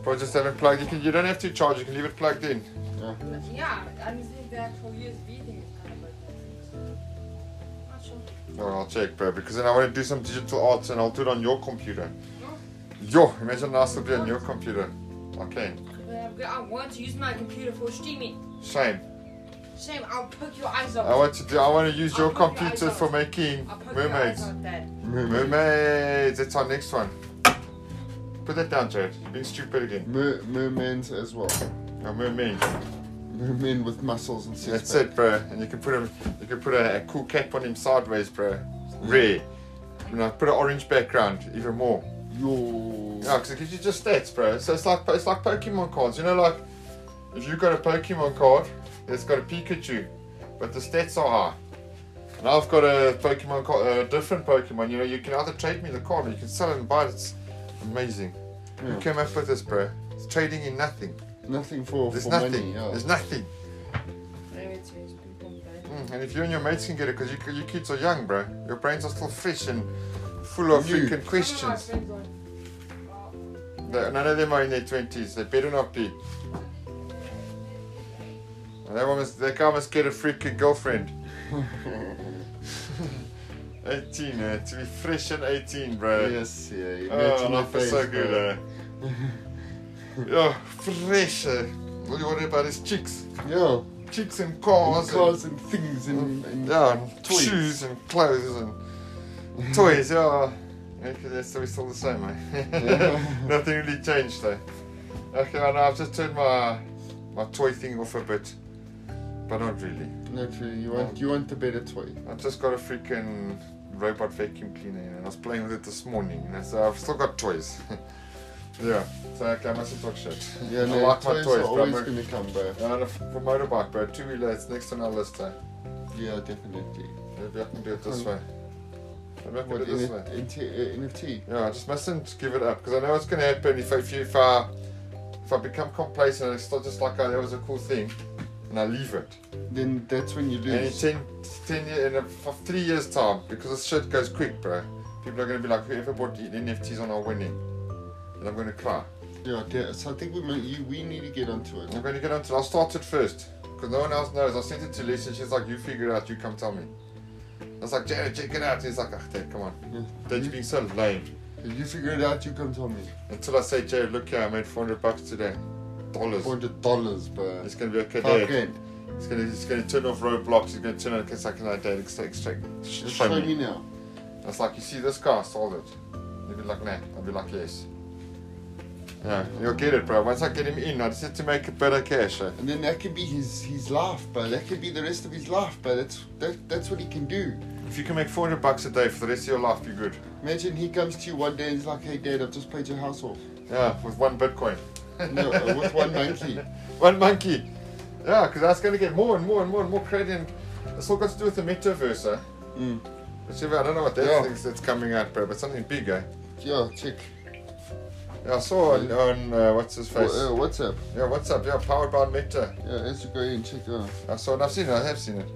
Probably just have it plugged. You, can, you don't have to charge. You can leave it plugged in. Yeah, I don't think the actual USB thing is kind of broken. Not sure. Oh, I'll check, bro. Because then I want to do some digital arts, and I'll do it on your computer. Yo, imagine now still do it on your computer. Okay, But I want to use my computer for streaming. shame. Shame, I'll poke your eyes I out. want to do. I want to use your computer for making I'll poke your eyes mermaids. out that. Mermaid. Mermaids. That's our next one. Put that down, Jared. You're being stupid again. Mer- mermaids as well. Oh, mermaids. Mermen with muscles and six That's it, bro. And you can put a you can put a, a cool cap on him sideways, bro. Rare. You know, put an orange background, even more. Yo. Yeah, because it gives you just stats, bro. So it's like it's like Pokemon cards. You know, like if you've got a Pokemon card that's got a Pikachu, but the stats are high. And I've got a Pokemon card, a different Pokemon. You know, you can either trade me the card or you can sell it and buy it. It's amazing. Who Yeah. came up with this, bro? It's trading in nothing. Nothing for, There's for nothing. money. Yeah. There's nothing. Mermaids is people, but- Mm, and if you and your mates can get it, because you, you kids are young, bro. Your brains are still fresh and full of New. freaking Some of my questions. friends are- They- none of them are in their twenties. They better not be. And That one must, that guy must get a freaking girlfriend. 18, eh? to be fresh and 18, bro. Yes, yeah. Oh, Imagine life the is so face, good, bro. eh? yeah, fresh, eh? All you worry about is chicks. Yeah. Chicks and And cars. and- cars and things and, and Yeah, and Toys. um, shoes and clothes and toys. Yeah, okay, that's so we're still the same, eh? Nothing really changed, though. Okay, I know I've just turned my my toy thing off a bit, but not really. Not really. You want you want the better toy. I've just got a freaking robot vacuum cleaner, you know, and I was playing with it this morning, you know, so I've still got toys. yeah, so okay, I mustn't talk shit. Yeah, I no, like toys, my toys, are but always I'm a- gonna come, bro. I'm on a f- motorbike, bro. Two wheeler, it's next on our list, eh? Yeah, definitely. Maybe I can do it this Hmm. way. Maybe I can What do it this way. NF- NT, uh, NFT? Yeah, I just mustn't give it up because I know what's going to happen if I, if, you- if I if I become complacent and it's not just like oh, that was a cool thing, and I leave it. Then that's when you And in lose. ten, ten year, in a, f- three years time, because this shit goes quick, bro. People are going to be like, whoever bought the NFTs on our winning, and I'm going to cry. Yeah, de- so I think we might, you, we need to get onto it. I'm going to get onto. I'll start it first because no one else knows. I sent it to Lisa. She's like, you figure it out. You come tell me. I was like, Jared, check it out. He's like, ah, Dad, come on. Dad's being so lame. If you figure it out, you come tell me. Until I say, Jared, look here, I made 400 bucks today. Dollars. Four hundred dollars, bro. It's gonna be okay, Dad. Five grand. It's gonna it's gonna turn off roadblocks. It's gonna turn on okay, second like Dad. Extract, extract. Just Show Show me. me now. It's like you see this car, sold it. You'd be like, nah. I'd be like, yes. Yeah, you'll get it, bro. Once I get him in, I just have to make it better cash. eh? And then that could be his, his life, bro. That could be the rest of his life, bro. That's that, that's what he can do. If you can make 400 bucks a day for the rest of your life, you're good. Imagine he comes to you one day and he's like, "Hey, Dad, I've just paid your house off." Yeah, with one Bitcoin. No, uh, with one monkey. One monkey. Yeah, because that's going to get more and more and more and more crazy. And it's all got to do with the metaverse. Eh? Mm. Whichever, I don't know what that Yeah. thing's that's coming out, bro, but something big, eh? Yeah, check. Yeah, I saw on, on uh, what's his face? Hmm. Well, uh, what's up? Yeah, what's up? Yeah, powered by Meta. Yeah, as you go in, check out. I saw it. I've seen it. I have seen it.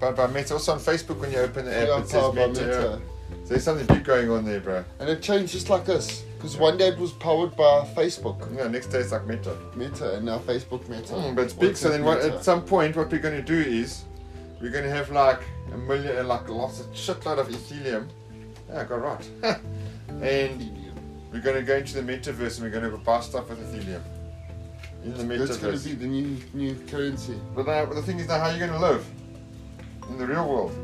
Powered by Meta. Also on Facebook, when you open the app, Hmm. Yeah, it says powered by Meta. Meta. yeah. So there's something big going on there, bro. And it changed just like us, because one day it was powered by Facebook Yeah, next day it's like Meta. Meta, and now Facebook Meta. Mm, but it's big. So WhatsApp then, what, Meta. at some point, what we're going to do is we're going to have like a million and like lots of shitload of Ethereum. Yeah, I got right. and we're going to go into the metaverse and we're going to buy stuff with Ethereum in the That's going to metaverse. be the new new currency. But now, but the thing is now, how are you going to live in the real world?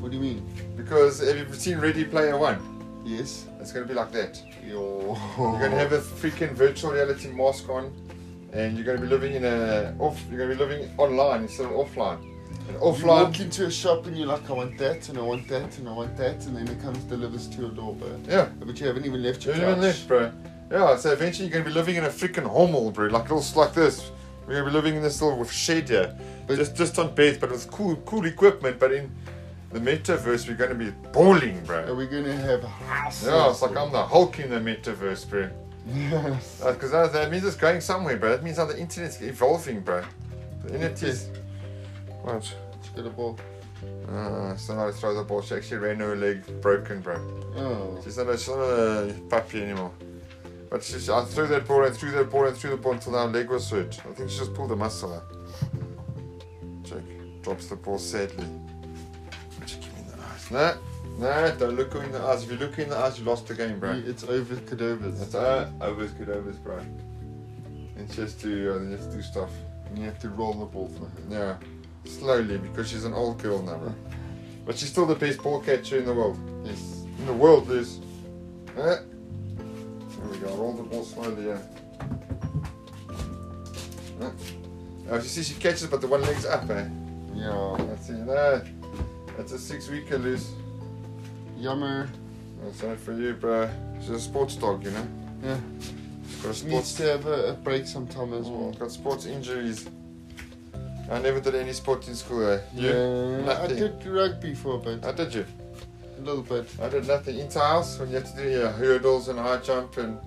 What do you mean? Because have you seen Ready Player One? Yes. It's going to be like that. Yo. You're going to have a freaking virtual reality mask on, and you're going to be living in a off. You're going to be living online instead of offline. You And offline. walk into a shop and you're like, I want that, and I want that, and I want that, and then it comes delivers to your door, bro. Yeah. But you haven't even left You your haven't even couch. left, bro. Yeah. So eventually you're going to be living in a freaking hommel, bro. Like little like this. We're going to be living in this little shed here, But- just just on beds, but with cool cool equipment. But in the metaverse, we're going to be balling, bro. Are we gonna have house? Yeah, it's like I'm the Hulk in the metaverse, bro. Yes. Because that, that means it's going somewhere, bro. That means how the internet's evolving, bro. The internet's. What? It's got a ball. Uh, somebody throw the ball. She actually ran her leg broken, bro. Oh. She's not a, she's not a puppy anymore. But she, she, I threw that ball and threw that ball and threw the ball until her leg was hurt. I think she just pulled a muscle out. Check. Drops the ball sadly. Check him in the eyes. No, no, don't look her in the eyes. If you look her in the eyes, you lost the game, bro. It's over cadavers. That's uh, overs, good overs, bro. And she has to, uh, they have to do stuff. And you have to roll the ball for her. Yeah, slowly because she's an old girl now, bro. But she's still the best ball catcher in the world. Yes. In the world, Liz. Eh? There we go. Roll the ball slowly. Yeah. Eh? Oh, you see, she catches, but the one leg's up, eh? Yeah. That's it. Eh? That's a six-weeker, Liz. Yummer. That's not for you, bro. She's a sports dog, you know. Yeah. She's got a sports Needs to have a, a break sometime as well. Mm, got sports injuries. I never did any sport in school. Eh? You? Yeah. I Nothing. did rugby for a bit. How did you? A little bit. I did nothing. Into house when you have to do your hurdles and high jump and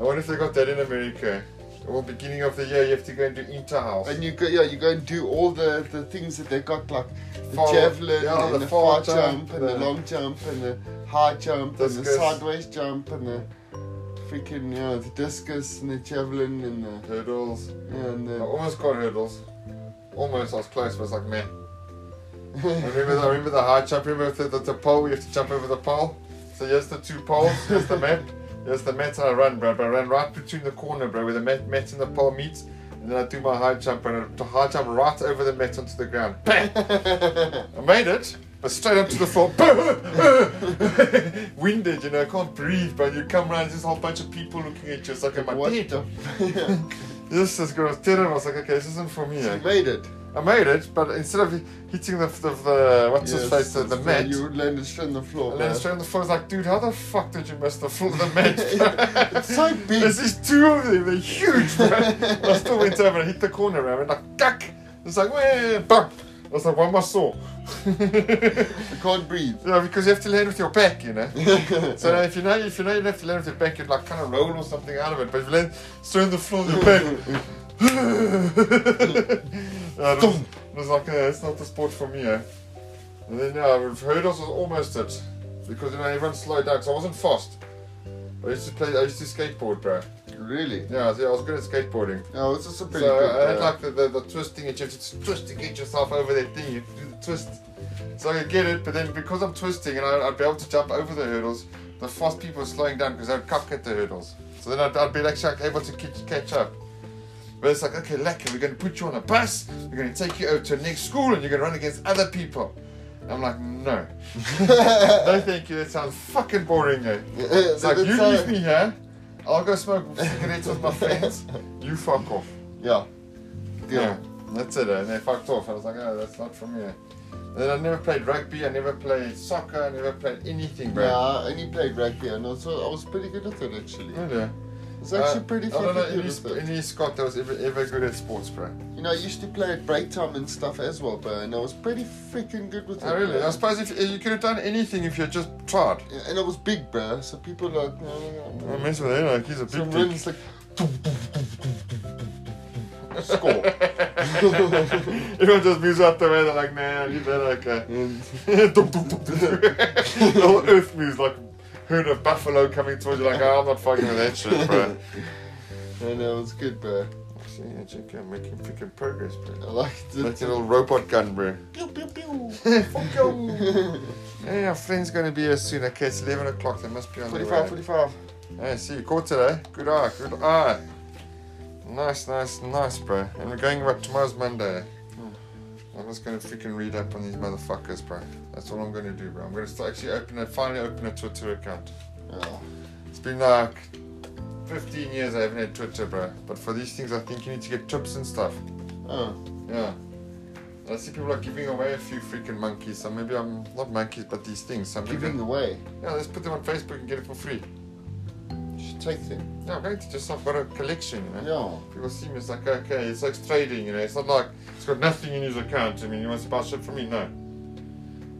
I wonder if they got that in America. Well, beginning of the year you have to go and do inter house. And you go, yeah, you go and do all the, the things that they got, like the Far- javelin yeah, and the the, far far jump, jump, and the the- long jump and the high jump and the Discus. sideways jump and the freaking yeah, the discus and the javelin and the Hurdles. yeah, and I the almost got hurdles. Almost, I was close, but it's like man. I remember, the, I remember the high jump. Remember the, the, the pole? We have to jump over the pole. So here's the two poles. Here's the mat. Here's the mat. And I run, bro. But I ran right between the corner, bro, where the mat, mat and the pole meet. And then I do my high jump, and I- the high jump right over the mat onto the ground. Bang! I made it, but straight up to the floor. Winded, you know, I can't breathe, but you come around, there's a whole bunch of people looking at you. It's like, am I what dead? the This is gonna terrible. I was like, okay, this isn't for me. eh? you made it. I made it, but instead of hitting the, the, the what's his face, the, the it's- mat, You landed straight on the floor. I man. landed straight on the floor. I was like, dude, how the fuck did you miss the floor, the mat? It's so big. There's these two of them, they're huge, bro. And I still went over and hit the corner, bro. I went like, duck. It's like, wah, bump. I was like, why am I sore? I can't breathe. Yeah, because you have to land with your back, you know. so now if you know if you know you have to land with your back, you'd like kind of roll or something out of it. But if you land straight on the floor with your back, yeah, it, was, Um, it was like uh, it's not the sport for me. Eh? And then yeah, with hurdles was almost it because you know everyone slowed down. Cause I wasn't fast. I used to play. I used to skateboard, bro. Really? Yeah, so I was good at skateboarding. No, it's just a pretty So good. I had uh, like the, the, the twisting edge, you have to twist to get yourself over that thing, you have to do the twist. So I could get it, but then because I'm twisting and I, I'd be able to jump over the hurdles, the fast people are slowing down because they'd cuck at the hurdles. So then I'd, I'd be actually able to catch, catch up. But it's like, okay, Lacky, we're going to put you on a bus, we're going to take you over to the next school, and you're going to run against other people. I'm like, no. no, thank you, that sounds fucking boring, eh? Yeah, It's like, that's you how- leave me here. I'll go smoke cigarettes with my friends. You fuck off. Yeah. Deal. Yeah. That's it. And they fucked off. I was like, oh, that's not from here. Then I never played rugby. I never played soccer. I never played anything, bro. Yeah, I only played rugby and also I was pretty good at it actually. Oh, yeah. It's actually Uh, pretty I don't fucking know good any, at sp- it. any Scot that was ever, ever good at sports, bro. You know, I used to play at break time and stuff as well, bro, and I was pretty freaking good with it. Oh, really? bro. I suppose if you could have done anything if you had just tried. Yeah, and I was big, bro, so people like, I mess with him like he's a some big dick. runs like, score. Everyone just moves out the way. They're like, nah, leave that okay. And Dum, dum, dum, dum. the whole earth moves like a herd of buffalo coming towards you. Like, oh, I'm not fucking with that shit, bro. and it was good, bro. See, I think I'm making freaking progress, I bro. liked Like it. a little robot gun, bro. Pew, pew, pew. Fuck you. Hey, our friend's gonna be here soon. Okay, it's 11 o'clock. They must be on the 45, way. 45. Hey, see you caught today. Good eye, good eye. Nice, nice, nice, bro. And we're going about tomorrow's Monday. I'm just gonna freaking read up on these motherfuckers, bro. That's all I'm gonna do, bro. I'm gonna start actually open a finally open a Twitter account. Yeah. It's been like 15 years I haven't had Twitter, bro. But for these things, I think you need to get tips and stuff. Oh, Yeah. I see people are giving away a few freaking monkeys. So maybe I'm not monkeys, but these things. So I'm gonna giving go- away. yeah, let's put them on Facebook and get it for free. You should take them. Yeah, I'm going to just I've got a collection, you know. Yeah. People see me, it's like, okay, it's like trading, you know. It's not like it's got nothing in his account. I mean, he wants to buy shit from me, no.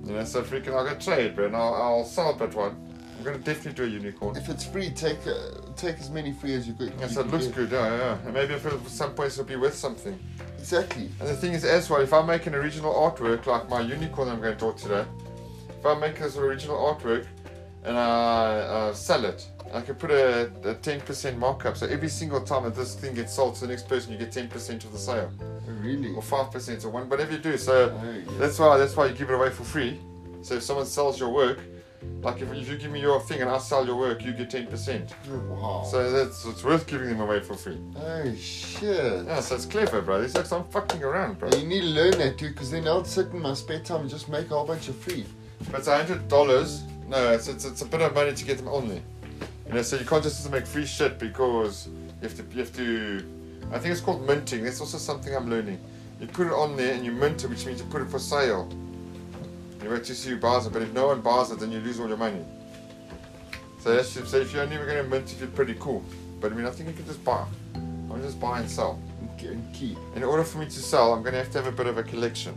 You know, so freaking, I'll go trade, bro, and I'll, I'll sell that one. I'm gonna definitely do a unicorn. If it's free, take uh, take as many free as you could. Yeah, you so it could looks get. good, yeah, yeah. And maybe if it, some place it'll be worth something. Exactly. And the thing is, as well, if I make an original artwork, like my unicorn I'm going to draw today, if I make this original artwork and I uh, sell it, I can put a, a 10% markup. So every single time that this thing gets sold to the next person, you get 10% of the sale. Really? or five percent or one, whatever you do. So Oh, yeah. that's why that's why you give it away for free. So if someone sells your work, like if, if you give me your thing and I sell your work, you get ten percent. Wow. So that's it's worth giving them away for free. oh shit. Yeah, so it's clever, bro. These like I'm fucking around, bro. You need to learn that, dude, because then I'll sit in my spare time and just make a whole bunch of free. But it's a hundred dollars. No, it's, it's it's a bit of money to get them on there. You know, so you can't just make free shit because you have to you have to. I think it's called minting. That's also something I'm learning. You put it on there and you mint it, which means you put it for sale. You wait to see who buys it, but if no one buys it, then you lose all your money. So that's so if you're only going to mint, if you're pretty cool. But I mean, I think you can just buy. I'll just buy and sell. and ke- And keep. In order for me to sell, I'm going to have to have a bit of a collection.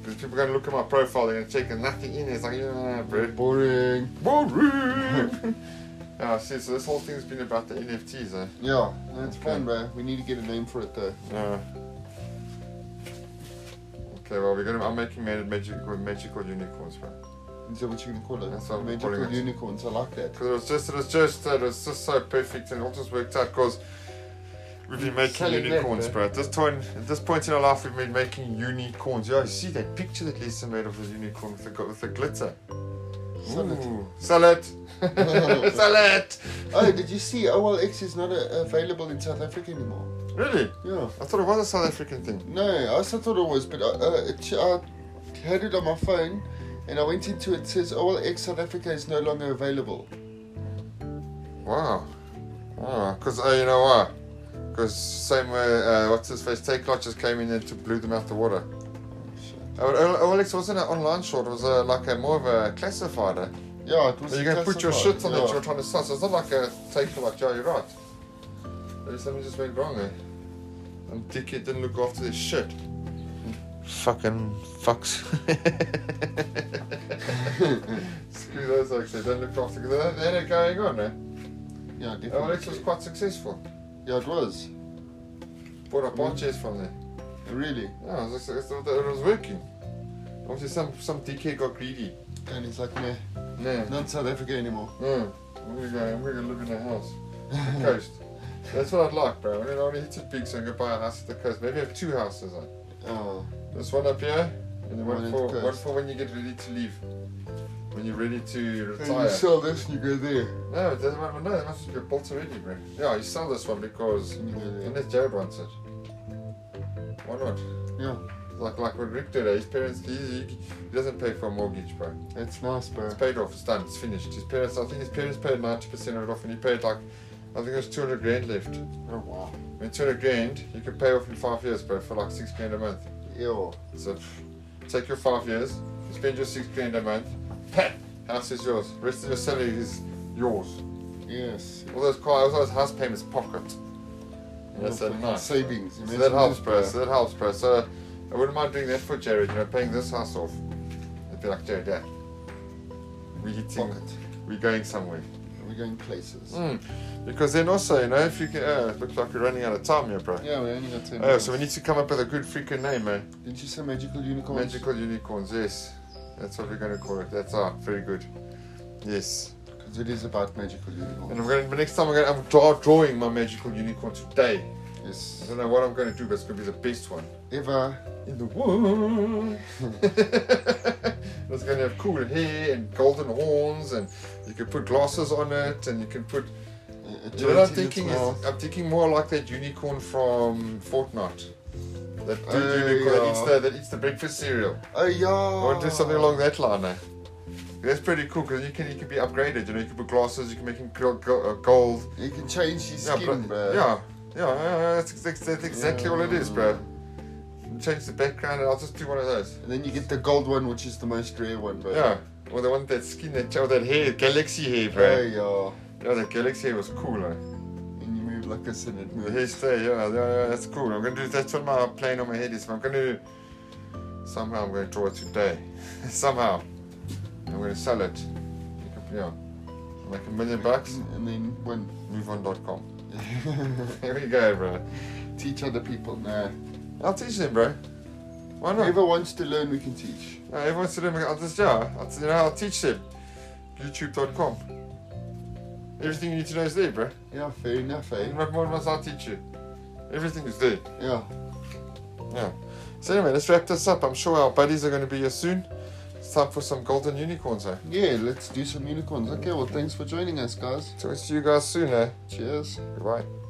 Because people are going to look at my profile, they're going to check, and nothing in it. It's like, yeah, bro. Boring. Boring. yeah, see, so this whole thing's been about the NFTs, eh? Yeah, that's Okay. fun, bro. We need to get a name for it, though. Yeah. Okay, well, we're gonna. I'm making mad magical, magical unicorns, bro. Is that what you're gonna call it? That's what I'm Magical calling it. unicorns. I like that. Because it was just, it was just, it was just so perfect, and it all just worked out. Because we've been making Selling that, unicorns, bro. bro. At this point, at this point in our life, we've been making unicorns. Yeah, you see that picture that Lisa made of the unicorn with the gl- with the glitter. Salad. Ooh. Salad. Salad. Oh, did you see OLX is not uh, available in South Africa anymore? Really? Yeah. I thought it was a South African thing. No, I also thought it was, but I, uh, it, ch- I heard it on my phone and I went into it. It says OLX South Africa is no longer available. Wow. Wow. Because, uh, you know why? Because same way, uh, what's his face, Take Lot just came in and to blew them out the water. Oh, but O- OLX wasn't an online short, it was a, like a more of a classified. eh? Yeah, it was. So you can put your classified, shit on yeah. that you're trying to sell. So it's not like a Take Lot, yeah, you're right. Maybe something just went wrong, eh? And dickhead didn't look after this shit. Fucking fucks. Screw those folks, they don't look after because they had- they had it going on, eh? Yeah, OLX definitely. was quite successful. Yeah, it was. bought a bunches from there. Really. Yeah, it was, it was- it was working. Obviously, some some DK got greedy. And it's like, nah, No, not South Africa anymore. no. I'm gonna go. I'm gonna live in a house, on the coast. That's what I'd like, bro. I mean, I want to hit it big, so I can buy a house at the coast. Maybe have two houses. eh? Oh, This one up here, and then One one at for the coast. one for when you get ready to leave. When you're ready to and you retire. sell this and you go there. No, it doesn't matter. No, they must be built already, bro. Yeah, you sell this one because And you go there. unless Jared wants it, why not? Yeah, Like like what Rick did, eh? his parents he, he, he doesn't pay for a mortgage, bro. that's nice, bro. It's paid off, it's done, it's finished. His parents I think his parents paid ninety percent of it off and he paid like I think there's 200 grand left. Oh wow. I mean, 200 grand, you can pay off in five years, bro, for like six grand a month. Yo. So pff, take your five years, spend your six grand a month, pat, house is yours. Rest of your salary is yours. Yes. All those cars, all those house payments pocket. That's Your that nice. So Savings. Imagine that helps, this, bro. bro. So that helps, bro. So I wouldn't mind doing that for Jared. You know, paying this house off. It'd be like Jared, yeah. We eating, Pocket. we going somewhere. We're going places. Mm. Because then also, you know, if you can, uh, it looks like we're running out of time here, bro. Yeah, we only got ten. Oh, so minutes. we need to come up with a good freaking name, man. Did you say magical unicorns? Magical unicorns, yes. That's what we're going to call it. That's ah, very good. Yes. Because it is about magical unicorns. And I'm going to, next time I'm going to, I'm draw, drawing my magical unicorn today. I Yes. don't know what I'm going to do, but it's going to be the best one Ever. in the world. it's going to have cool hair and golden horns, and you can put glasses on it, and you can put. a- a You know what dirty I'm thinking? little Is, I'm thinking more like that unicorn from Fortnite. That dude Oh, unicorn that yeah. eats the that eats the breakfast cereal. Oh yeah. I want to do something along that line. eh? That's pretty cool because you can you can be upgraded. You know, you can put glasses. You can make him go- go- uh, gold. You can change his Yeah, skin, bro. bro. yeah, yeah, yeah, yeah, That's, ex- that's exactly what it is, bro. Change the background, and I'll just do one of those. And then you get the gold one, which is the most rare one, bro. Yeah. Or the one that skin, that or that hair, galaxy hair, Oh bro. yeah. Yeah, that galaxy hair was cool. Eh? And you move like this, and it The moves. hairstyle, yeah, yeah, yeah, that's cool. I'm gonna do that's what my plan on my head is. I'm gonna somehow I'm gonna draw it today. somehow. I'm gonna sell it. Make a- Yeah. Make a million bucks, And then win. moveon.com. Here we go, bro. Teach other people. Nah. I'll teach them, bro. Why not? Whoever wants to learn, we can teach. No, everyone's doing I'll just yeah, I'll, you know, I'll teach them. YouTube.com. Everything you need to know is there, bro. Yeah, fair enough, eh? And what more must I teach you? Everything is there. Yeah. So anyway, let's wrap this up. I'm sure our buddies are going to be here soon. It's time for some golden unicorns, eh? Yeah, let's do some unicorns. Okay, well, thanks for joining us, guys. So we'll see you guys soon, eh? Cheers. Goodbye.